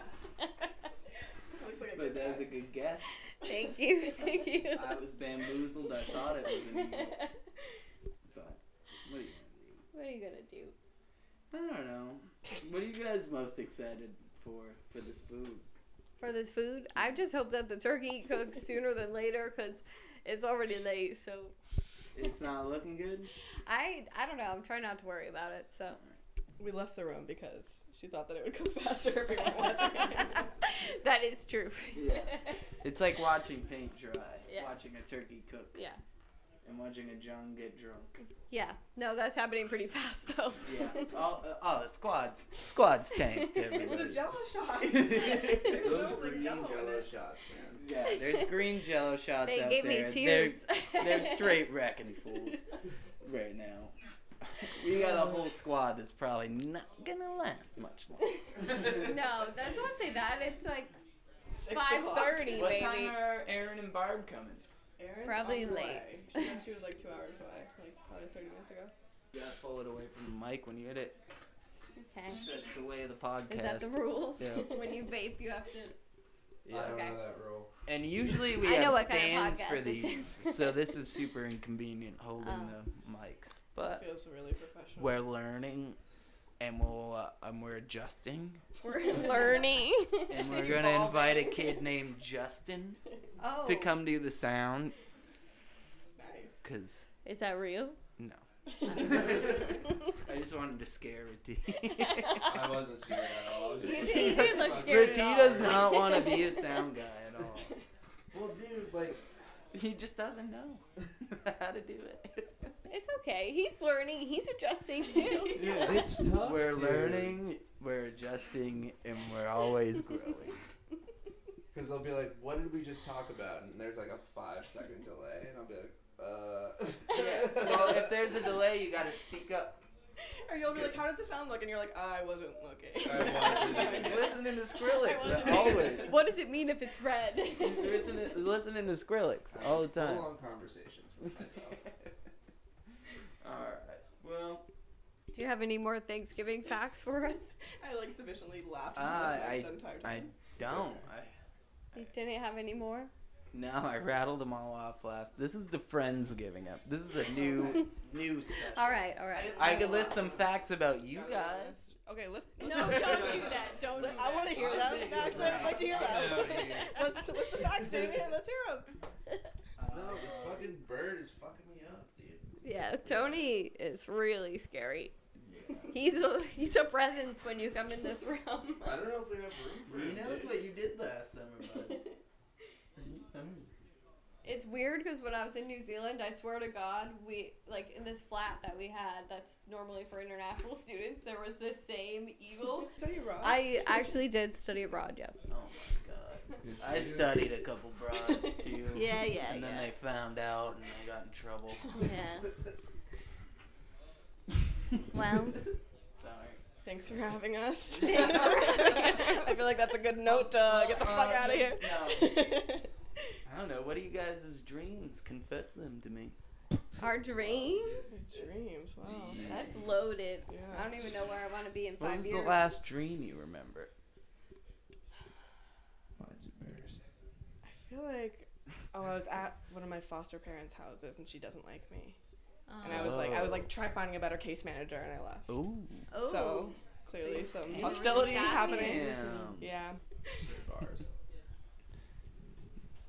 J: Looks like a
C: But
J: good
C: that was
J: guy.
C: a good guess.
K: thank you. Thank you.
C: I was bamboozled. I thought it was an eagle, but what are you
K: What are you gonna do?
C: gonna do? I don't know. What are you guys most excited for for this food?
K: for this food. I just hope that the turkey cooks sooner than later because it's already late. So
C: It's not looking good.
K: I I don't know. I'm trying not to worry about it. So
J: We left the room because she thought that it would come faster if we were watching.
K: that is true.
C: Yeah. It's like watching paint dry,
K: Yeah.
C: watching a turkey cook,
K: Yeah.
C: and watching a John get drunk.
K: yeah. No, that's happening pretty fast though.
C: Yeah. All, uh, all the squads, squads tanked.
J: it's a
C: Everybody.
J: jello shot.
C: yeah,
A: Those
J: There's no, like,
A: green
J: jello
A: jello
J: in it.
A: shots, man.
C: there's green jello shots
K: they
C: out
K: gave
C: there.
K: me tears.
C: They're, they're straight wrecking fools right now. We got a whole squad that's probably not gonna last much longer.
K: no, that, don't say that. It's like
J: Six
K: five
J: o'clock.
K: thirty,
C: What
K: baby.
C: time are Aaron and Barb coming?
J: Erin's
K: Probably
J: on her
K: late.
J: way. She said she was like two hours away, like probably 30 minutes ago.
C: You gotta pull it away from the mic when you hit it.
K: Okay.
C: That's the way of the podcast.
K: Is that the rules?
C: Yeah.
K: when you vape, you have to.
C: yeah.
A: I don't
K: Okay.
A: know that rule.
C: And usually we
K: I know
C: have
K: what kind of
C: stands
K: podcast
C: for
K: this
C: these,
K: is.
C: so this is super inconvenient holding
K: Oh.
C: the mics. But
J: Feels really professional.
C: we're learning, and we'll uh, and we're adjusting,
K: We're learning.
C: and we're gonna invite a kid named Justin
K: oh,
C: to come do the sound, cause
K: is that real?
C: no. I just wanted to scare Rati.
A: I wasn't scared at all. I was
K: You
A: just
K: didn't- you didn't look scared.
C: Rati
K: at all.
C: does not want to be a sound guy at all.
A: Well, dude, like,
C: He just doesn't know how to do it.
K: It's okay. He's learning. He's adjusting too.
C: It's tough. We're learning, we're adjusting, and we're always growing.
A: Because they'll be like, "What did we just talk about?" And there's like a five second delay, and I'll be like, "Uh."
C: yeah. Well, if there's a delay, you gotta speak up.
J: Or you'll be like, how did the sound look? And you're like, I wasn't looking.
C: You're listening to Skrillex
K: wasn't-
C: always.
K: what does it mean if it's red?
C: You're listening, listening to Skrillex all the time.
A: Full on conversations with myself.
C: All right. Well,
K: Do you have any more Thanksgiving facts for us?
J: I like sufficiently laughed
C: uh,
J: into this
C: I
J: the entire
C: I
J: time.
C: don't. I,
K: You didn't have any more?
C: no, I rattled them all off last. This is the friends giving up. This is a new new stuff.
K: All right, all right.
C: I could list some facts about you guys.
J: okay, lift.
K: No, don't do that. Don't do
J: I
K: that.
J: want to hear that. No, actually, I'd like to hear that. let's lift the facts, Damien. Let's hear them.
C: Uh,
A: no, this fucking bird is fucking me up, dude.
K: Yeah, Tony is really scary. He's a he's a presence when you come in this room.
A: I don't know if we have room for
C: He
A: it.
C: knows what you did last summer, bud.
K: It's weird because when I was in New Zealand, I swear to God, we like in this flat that we had that's normally for international students, there was this same eagle.
J: So you wrong.
K: I actually did study abroad, yes.
C: Oh my god. I studied a couple broads too.
K: Yeah, yeah,
C: And then
K: yeah.
C: they found out and I got in trouble.
K: Yeah. Well,
C: Sorry.
J: Thanks for having us.
K: Thanks
J: I feel like that's a good note to get the
C: Uh,
J: fuck out of here.
C: no. I don't know. What are you guys' dreams? Confess them to me.
K: our dreams?
J: Dreams. Wow.
K: That's loaded.
J: Yeah.
K: I don't even know where I want to be in
C: What
K: five
C: was
K: years.
C: the last dream you remember?
A: Mine's embarrassing.
J: I feel like oh, I was at one of my foster parents' houses and she doesn't like me,
K: Oh.
J: and I was like, I was like, try finding a better case manager, and I left.
C: Ooh.
K: oh,
J: So
K: So
J: clearly
K: you
J: some
K: came
J: hostility
K: really sassy.
J: happening.
C: Damn.
J: Yeah.
A: Bars.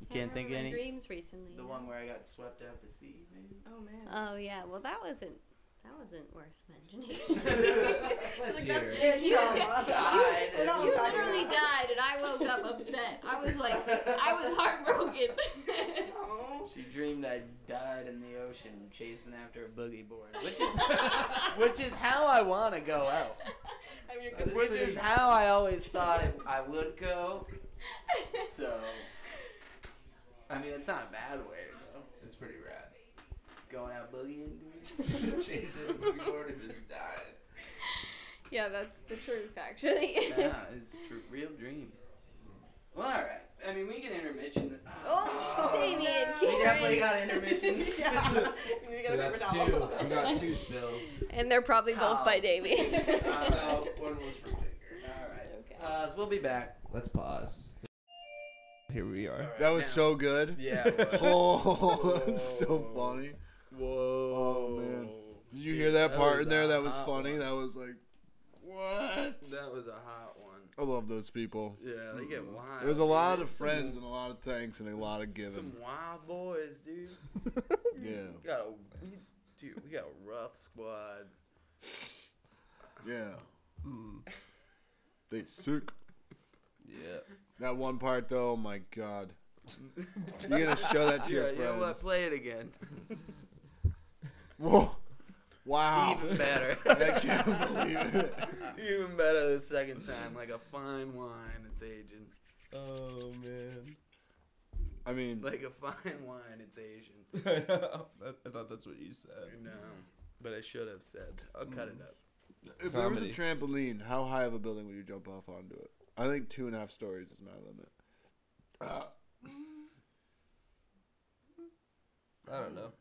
C: You
K: I
C: can't think of
K: remember my
C: any?
K: dreams recently.
C: The one where I got swept out to sea, maybe?
J: Oh man.
K: Oh yeah, well that wasn't that wasn't worth mentioning.
A: Let's
J: like,
A: hear
J: that's
A: it.
J: it.
K: You-
C: died.
J: we're not
K: You
J: talking
K: literally
J: about-
K: died, and I woke up upset. I was like, I was heartbroken.
J: Oh.
C: She dreamed I died in the ocean chasing after a boogie board, which is which is how I want to go out.
J: I mean, you're
C: Which is
J: confusing.
C: how I always thought it, I would go. So, I mean, it's not a bad way to
A: It's pretty rad.
C: go. Going out boogieing, dude.
A: Chasing the boogie board and just died.
K: yeah, that's the truth, actually.
C: Yeah, it's a tr- real dream. Well, all right. I mean, we can intermission.
K: oh, Damien,
C: we definitely
K: Karen.
C: got intermission.
J: yeah. You need to get
A: So
J: a paper
A: that's
J: towel.
A: two. We got two spills.
K: and they're probably both by Davey.
C: Uh, All right.
A: No, one was for Tinker.
C: All right.
K: Okay.
C: Pause. We'll be back.
A: Let's pause. Here we are.
F: That was so good.
C: Yeah, it was.
F: oh, that's so funny.
C: Whoa.
F: Oh, man. Did you hear that
C: That
F: part
C: was
F: in there?
C: a
F: That was
C: hot
F: funny.
C: one.
F: That was like, what?
C: That was a hot one.
F: I love those people.
C: Yeah, they get wild.
F: Mm-hmm. There's a lot
C: dude.
F: of
C: Some-
F: friends and a lot of thanks and a lot of giving.
C: Some wild boys, dude.
F: Yeah,
C: We got a, we- dude, we got a rough squad.
F: yeah. Mm. They sick.
A: Yeah.
F: That one part though, oh my god. You're gonna show that to your
C: Yeah, you know what?
F: friends.
C: Play it again.
F: Whoa. Wow.
C: Even better.
F: I can't believe it.
C: Even better the second time, like a fine wine, it's aging.
A: Oh man.
F: I mean,
C: Like a fine wine, it's Asian.
A: I know. That- I thought that's what you said.
C: No, but I should have said. I'll cut it up.
F: if there was a
A: comedy.
F: trampoline, how high of a building would you jump off onto it? I think two and a half stories is my limit. Uh,
A: I don't know.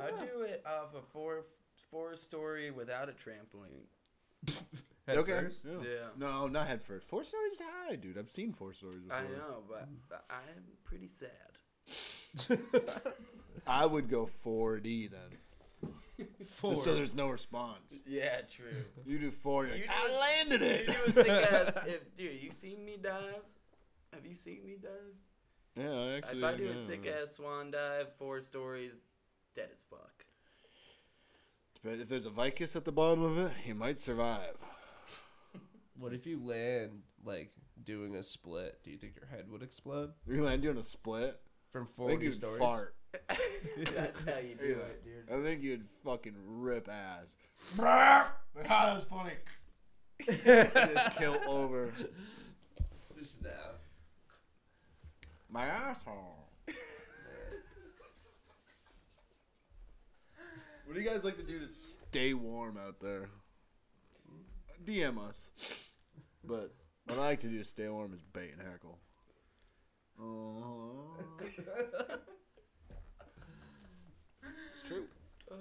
C: I'd do it off a four four story without a trampoline.
A: Head
F: okay.
A: first?
F: Yeah.
C: Yeah.
F: No, not head first. Four stories is high, dude. I've seen four stories before.
C: I know, but but I'm pretty sad.
F: I would go 4D then. Just So there's no response.
C: Yeah, true.
F: You do 4 you're
C: You
F: like,
C: do
F: I
C: a-
F: landed
C: You
F: it.
C: do a sick ass. If, dude, you seen me dive? Have you seen me dive?
F: Yeah, I actually.
C: if I do
F: yeah.
C: a sick ass swan dive, four stories, dead as fuck.
F: But if there's a Vicus at the bottom of it, he might survive.
A: What if you land like doing a split? Do you think your head would explode
F: You land doing a split.
A: from
F: I think
A: forty
F: you'd
A: stories?
F: fart.
C: That's how you do it, dude.
B: I think you'd fucking rip ass. God, that's funny. Just kill over.
A: Just now.
B: My asshole. what do you guys like to do to stay warm out there? DM us. But what I like to do to stay warm is bait and heckle. Oh.
C: It's true. Uh,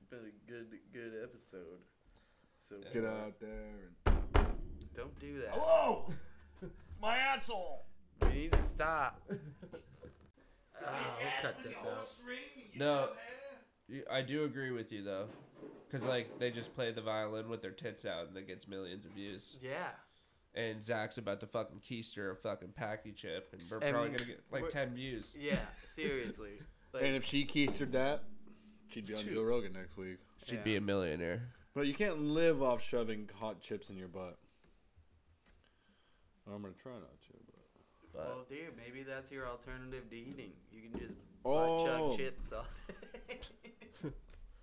C: it's been a good, good episode. So
B: Get out there and
C: Don't do that.
F: Oh.
B: Hello! It's my asshole!
C: We need to stop. Ah, we'll cut this out.
A: No, you- I do agree with you though, because like they just play the violin with their tits out and that gets millions of views.
C: Yeah.
A: And Zach's about to fucking keister a fucking packy chip, and we're
C: And
A: probably gonna get like
C: we're-
A: ten views.
C: Yeah, seriously. Like,
B: and if she keistered that, she'd be on
C: Two.
B: Joe Rogan next week.
A: She'd be a millionaire.
B: But you can't live off shoving hot chips in your butt. I'm gonna try not to. But.
C: well, dude, maybe that's your alternative to eating. You can just butt
B: Oh.
C: chug chips all day.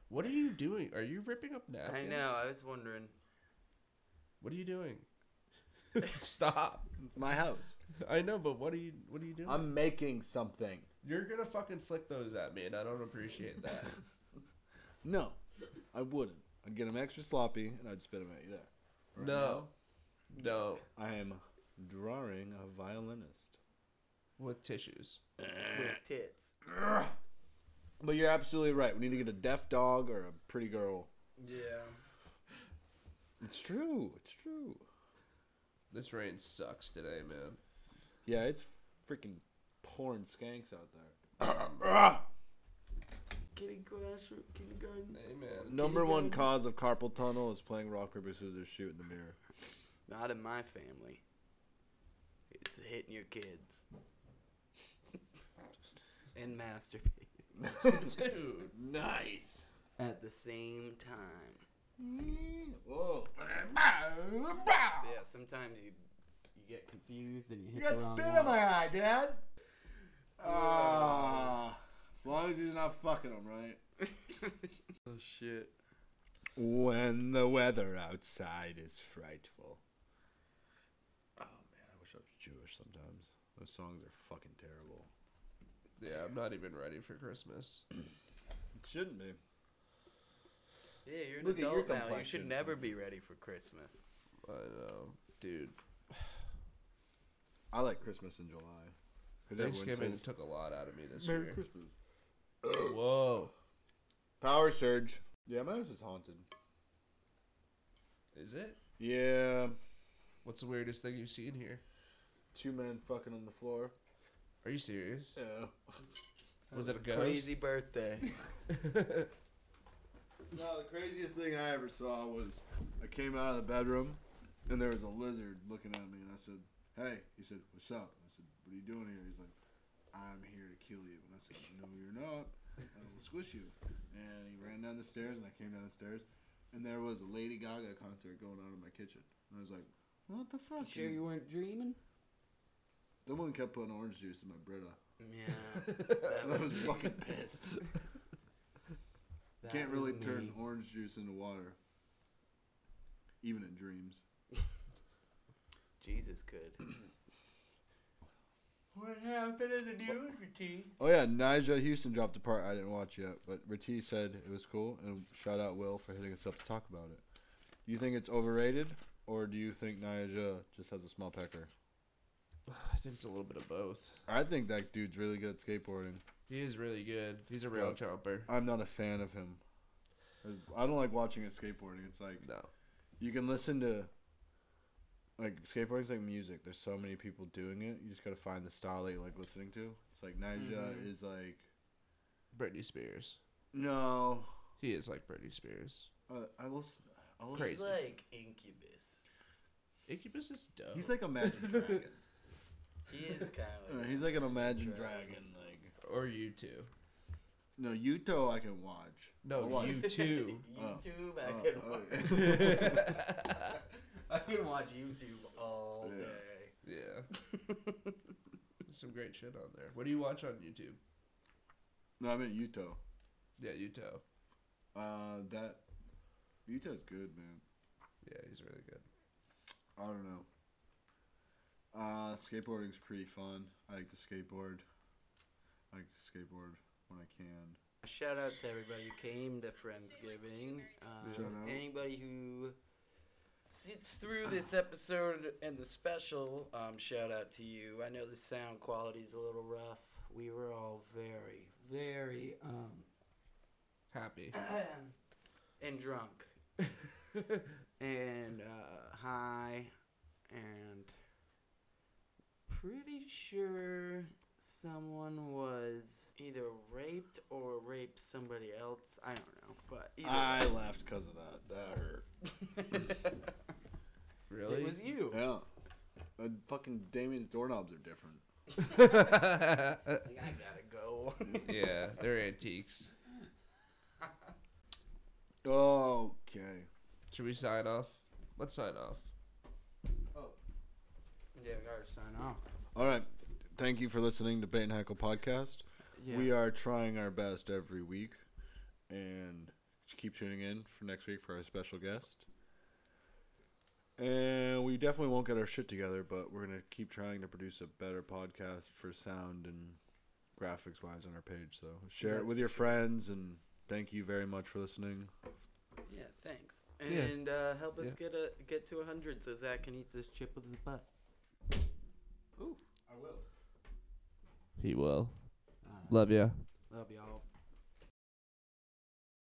A: What are you doing? Are you ripping up napkins?
C: I know. I was wondering.
A: What are you doing? Stop.
B: My house.
A: I know, but what are you? What are you doing?
B: I'm making something.
A: You're gonna fucking flick those at me, and I don't appreciate that.
B: No, I wouldn't. I'd get them extra sloppy and I'd spit them at you there. Right
A: no, no,
B: now, I am drawing a violinist.
A: with tissues.
C: With tits.
B: But you're absolutely right. We need to get a deaf dog or a pretty girl.
C: Yeah.
B: It's true. It's true.
A: This rain sucks today, man.
B: Yeah, it's freaking porn skanks out there.
C: Kitty grassroot kindergarten.
A: Hey, man.
B: Number one cause of carpal tunnel is playing rock paper scissors shoot in the mirror.
C: Not in my family. It's hitting your kids. and masturbating
A: Dude.
B: Nice.
C: at the same time.
B: Mm. Whoa.
C: Yeah, sometimes you you get confused and you
B: You
C: hit
B: got
C: the wrong
B: spit in
C: one.
B: my eye, Dad. Ah. as long as he's not fucking him, right?
C: Oh shit.
B: When the weather outside is frightful. Oh man, I wish I was Jewish sometimes. Those songs are fucking terrible.
A: Yeah, I'm not even ready for Christmas.
B: It shouldn't be.
C: Yeah, you're an
B: Look at your
C: adult now. You
B: complexion.
C: should never be ready for Christmas.
A: I know, dude.
B: I like Christmas in July. Because
A: Thanksgiving
B: everyone says,
A: took a lot out of me this
B: Merry
A: year.
B: Christmas.
A: Whoa,
B: Power surge. Yeah, my house is haunted.
A: is it?
B: Yeah,
A: What's the weirdest thing you've seen here?
B: two men fucking on the floor.
A: Are you serious?
B: Yeah.
A: Was it a ghost?
C: Crazy birthday.
B: No, the craziest thing I ever saw was I came out of the bedroom and there was a lizard looking at me and I said, Hey, he said, What's up? I said, What are you doing here? He's like, I'm here to kill you. And I said, No, you're not. I will squish you. And he ran down the stairs and I came down the stairs and there was a Lady Gaga concert going on in my kitchen. And I was like, What the fuck?
C: sure you weren't dreaming?
B: Someone kept putting orange juice in my Brita.
C: Yeah.
B: I
C: That
B: was
C: was
B: fucking pissed.
C: that
B: Can't
C: was
B: really
C: me.
B: turn orange juice into water. Even in dreams.
C: Jesus could.
B: Oh yeah, Nigel Houston dropped a part I didn't watch yet, but Rati said it was cool, and shout out Will for hitting us up to talk about it. Do you think it's overrated, or do you think Nigel just has a small pecker?
A: I think it's a little bit of both.
B: I think that dude's really good at skateboarding.
A: He is really good. He's a real
B: Yeah.
A: chomper.
B: I'm not a fan of him. I don't like watching it skateboarding. It's like
A: No.
B: you can listen to like skateboarding's like music. There's so many people doing it. You just gotta find the style that you like listening to. It's like Nigel is like
A: Britney Spears.
B: no.
A: He is like Britney Spears.
B: Uh, I listen. I listen
C: He's
A: Crazy.
C: like incubus.
A: Incubus is dope.
B: He's like a magic dragon.
C: He is kind of.
B: Uh, He's like an imagined dragon. Like
A: or you two.
B: no, Yuto I can watch. I
A: No,
B: watch.
A: you two.
C: YouTube, I
B: Oh,
C: can watch.
B: okay.
C: I can watch YouTube all
B: Yeah.
C: day.
A: Yeah. There's some great shit on there. What do you watch on YouTube?
B: No, I meant Utah.
A: Yeah, Utah.
B: Uh, that Utah's good, man.
A: Yeah, he's really good.
B: I don't know. Uh, skateboarding's pretty fun. I like to skateboard. I like to skateboard when I can.
C: Shout out to everybody who came to Friendsgiving. Um,
B: Shout out.
C: Anybody who sits through this episode and the special, um, shout out to you. I know the sound quality's a little rough. We were all very, very um,
A: happy
C: and drunk and uh, high and pretty sure someone was either raped or raped somebody else. I don't know, but either
B: I
C: way.
B: left because of that. That hurt.
C: Really? It was you.
B: Yeah. Uh, fucking Damien's doorknobs are different.
C: Like, I gotta go.
A: yeah, they're antiques.
B: Okay.
A: Should we sign off? Let's sign off.
C: Yeah, we gotta sign off.
B: All right. Thank you for listening to Bait and Heckle podcast.
C: Yeah.
B: We are trying our best every week, and just keep tuning in for next week for our special guest. And we definitely won't get our shit together, but we're gonna keep trying to produce a better podcast for sound and graphics wise on our page. So share it
C: That's
B: with your
C: for
B: friends, and thank you very much for listening.
C: Yeah, thanks.
B: Yeah.
C: And uh, help us
B: Yeah.
C: get a get to hundred so Zach can eat this chip with his butt.
B: I will.
A: He will. Love ya.
C: Uh, Love y'all.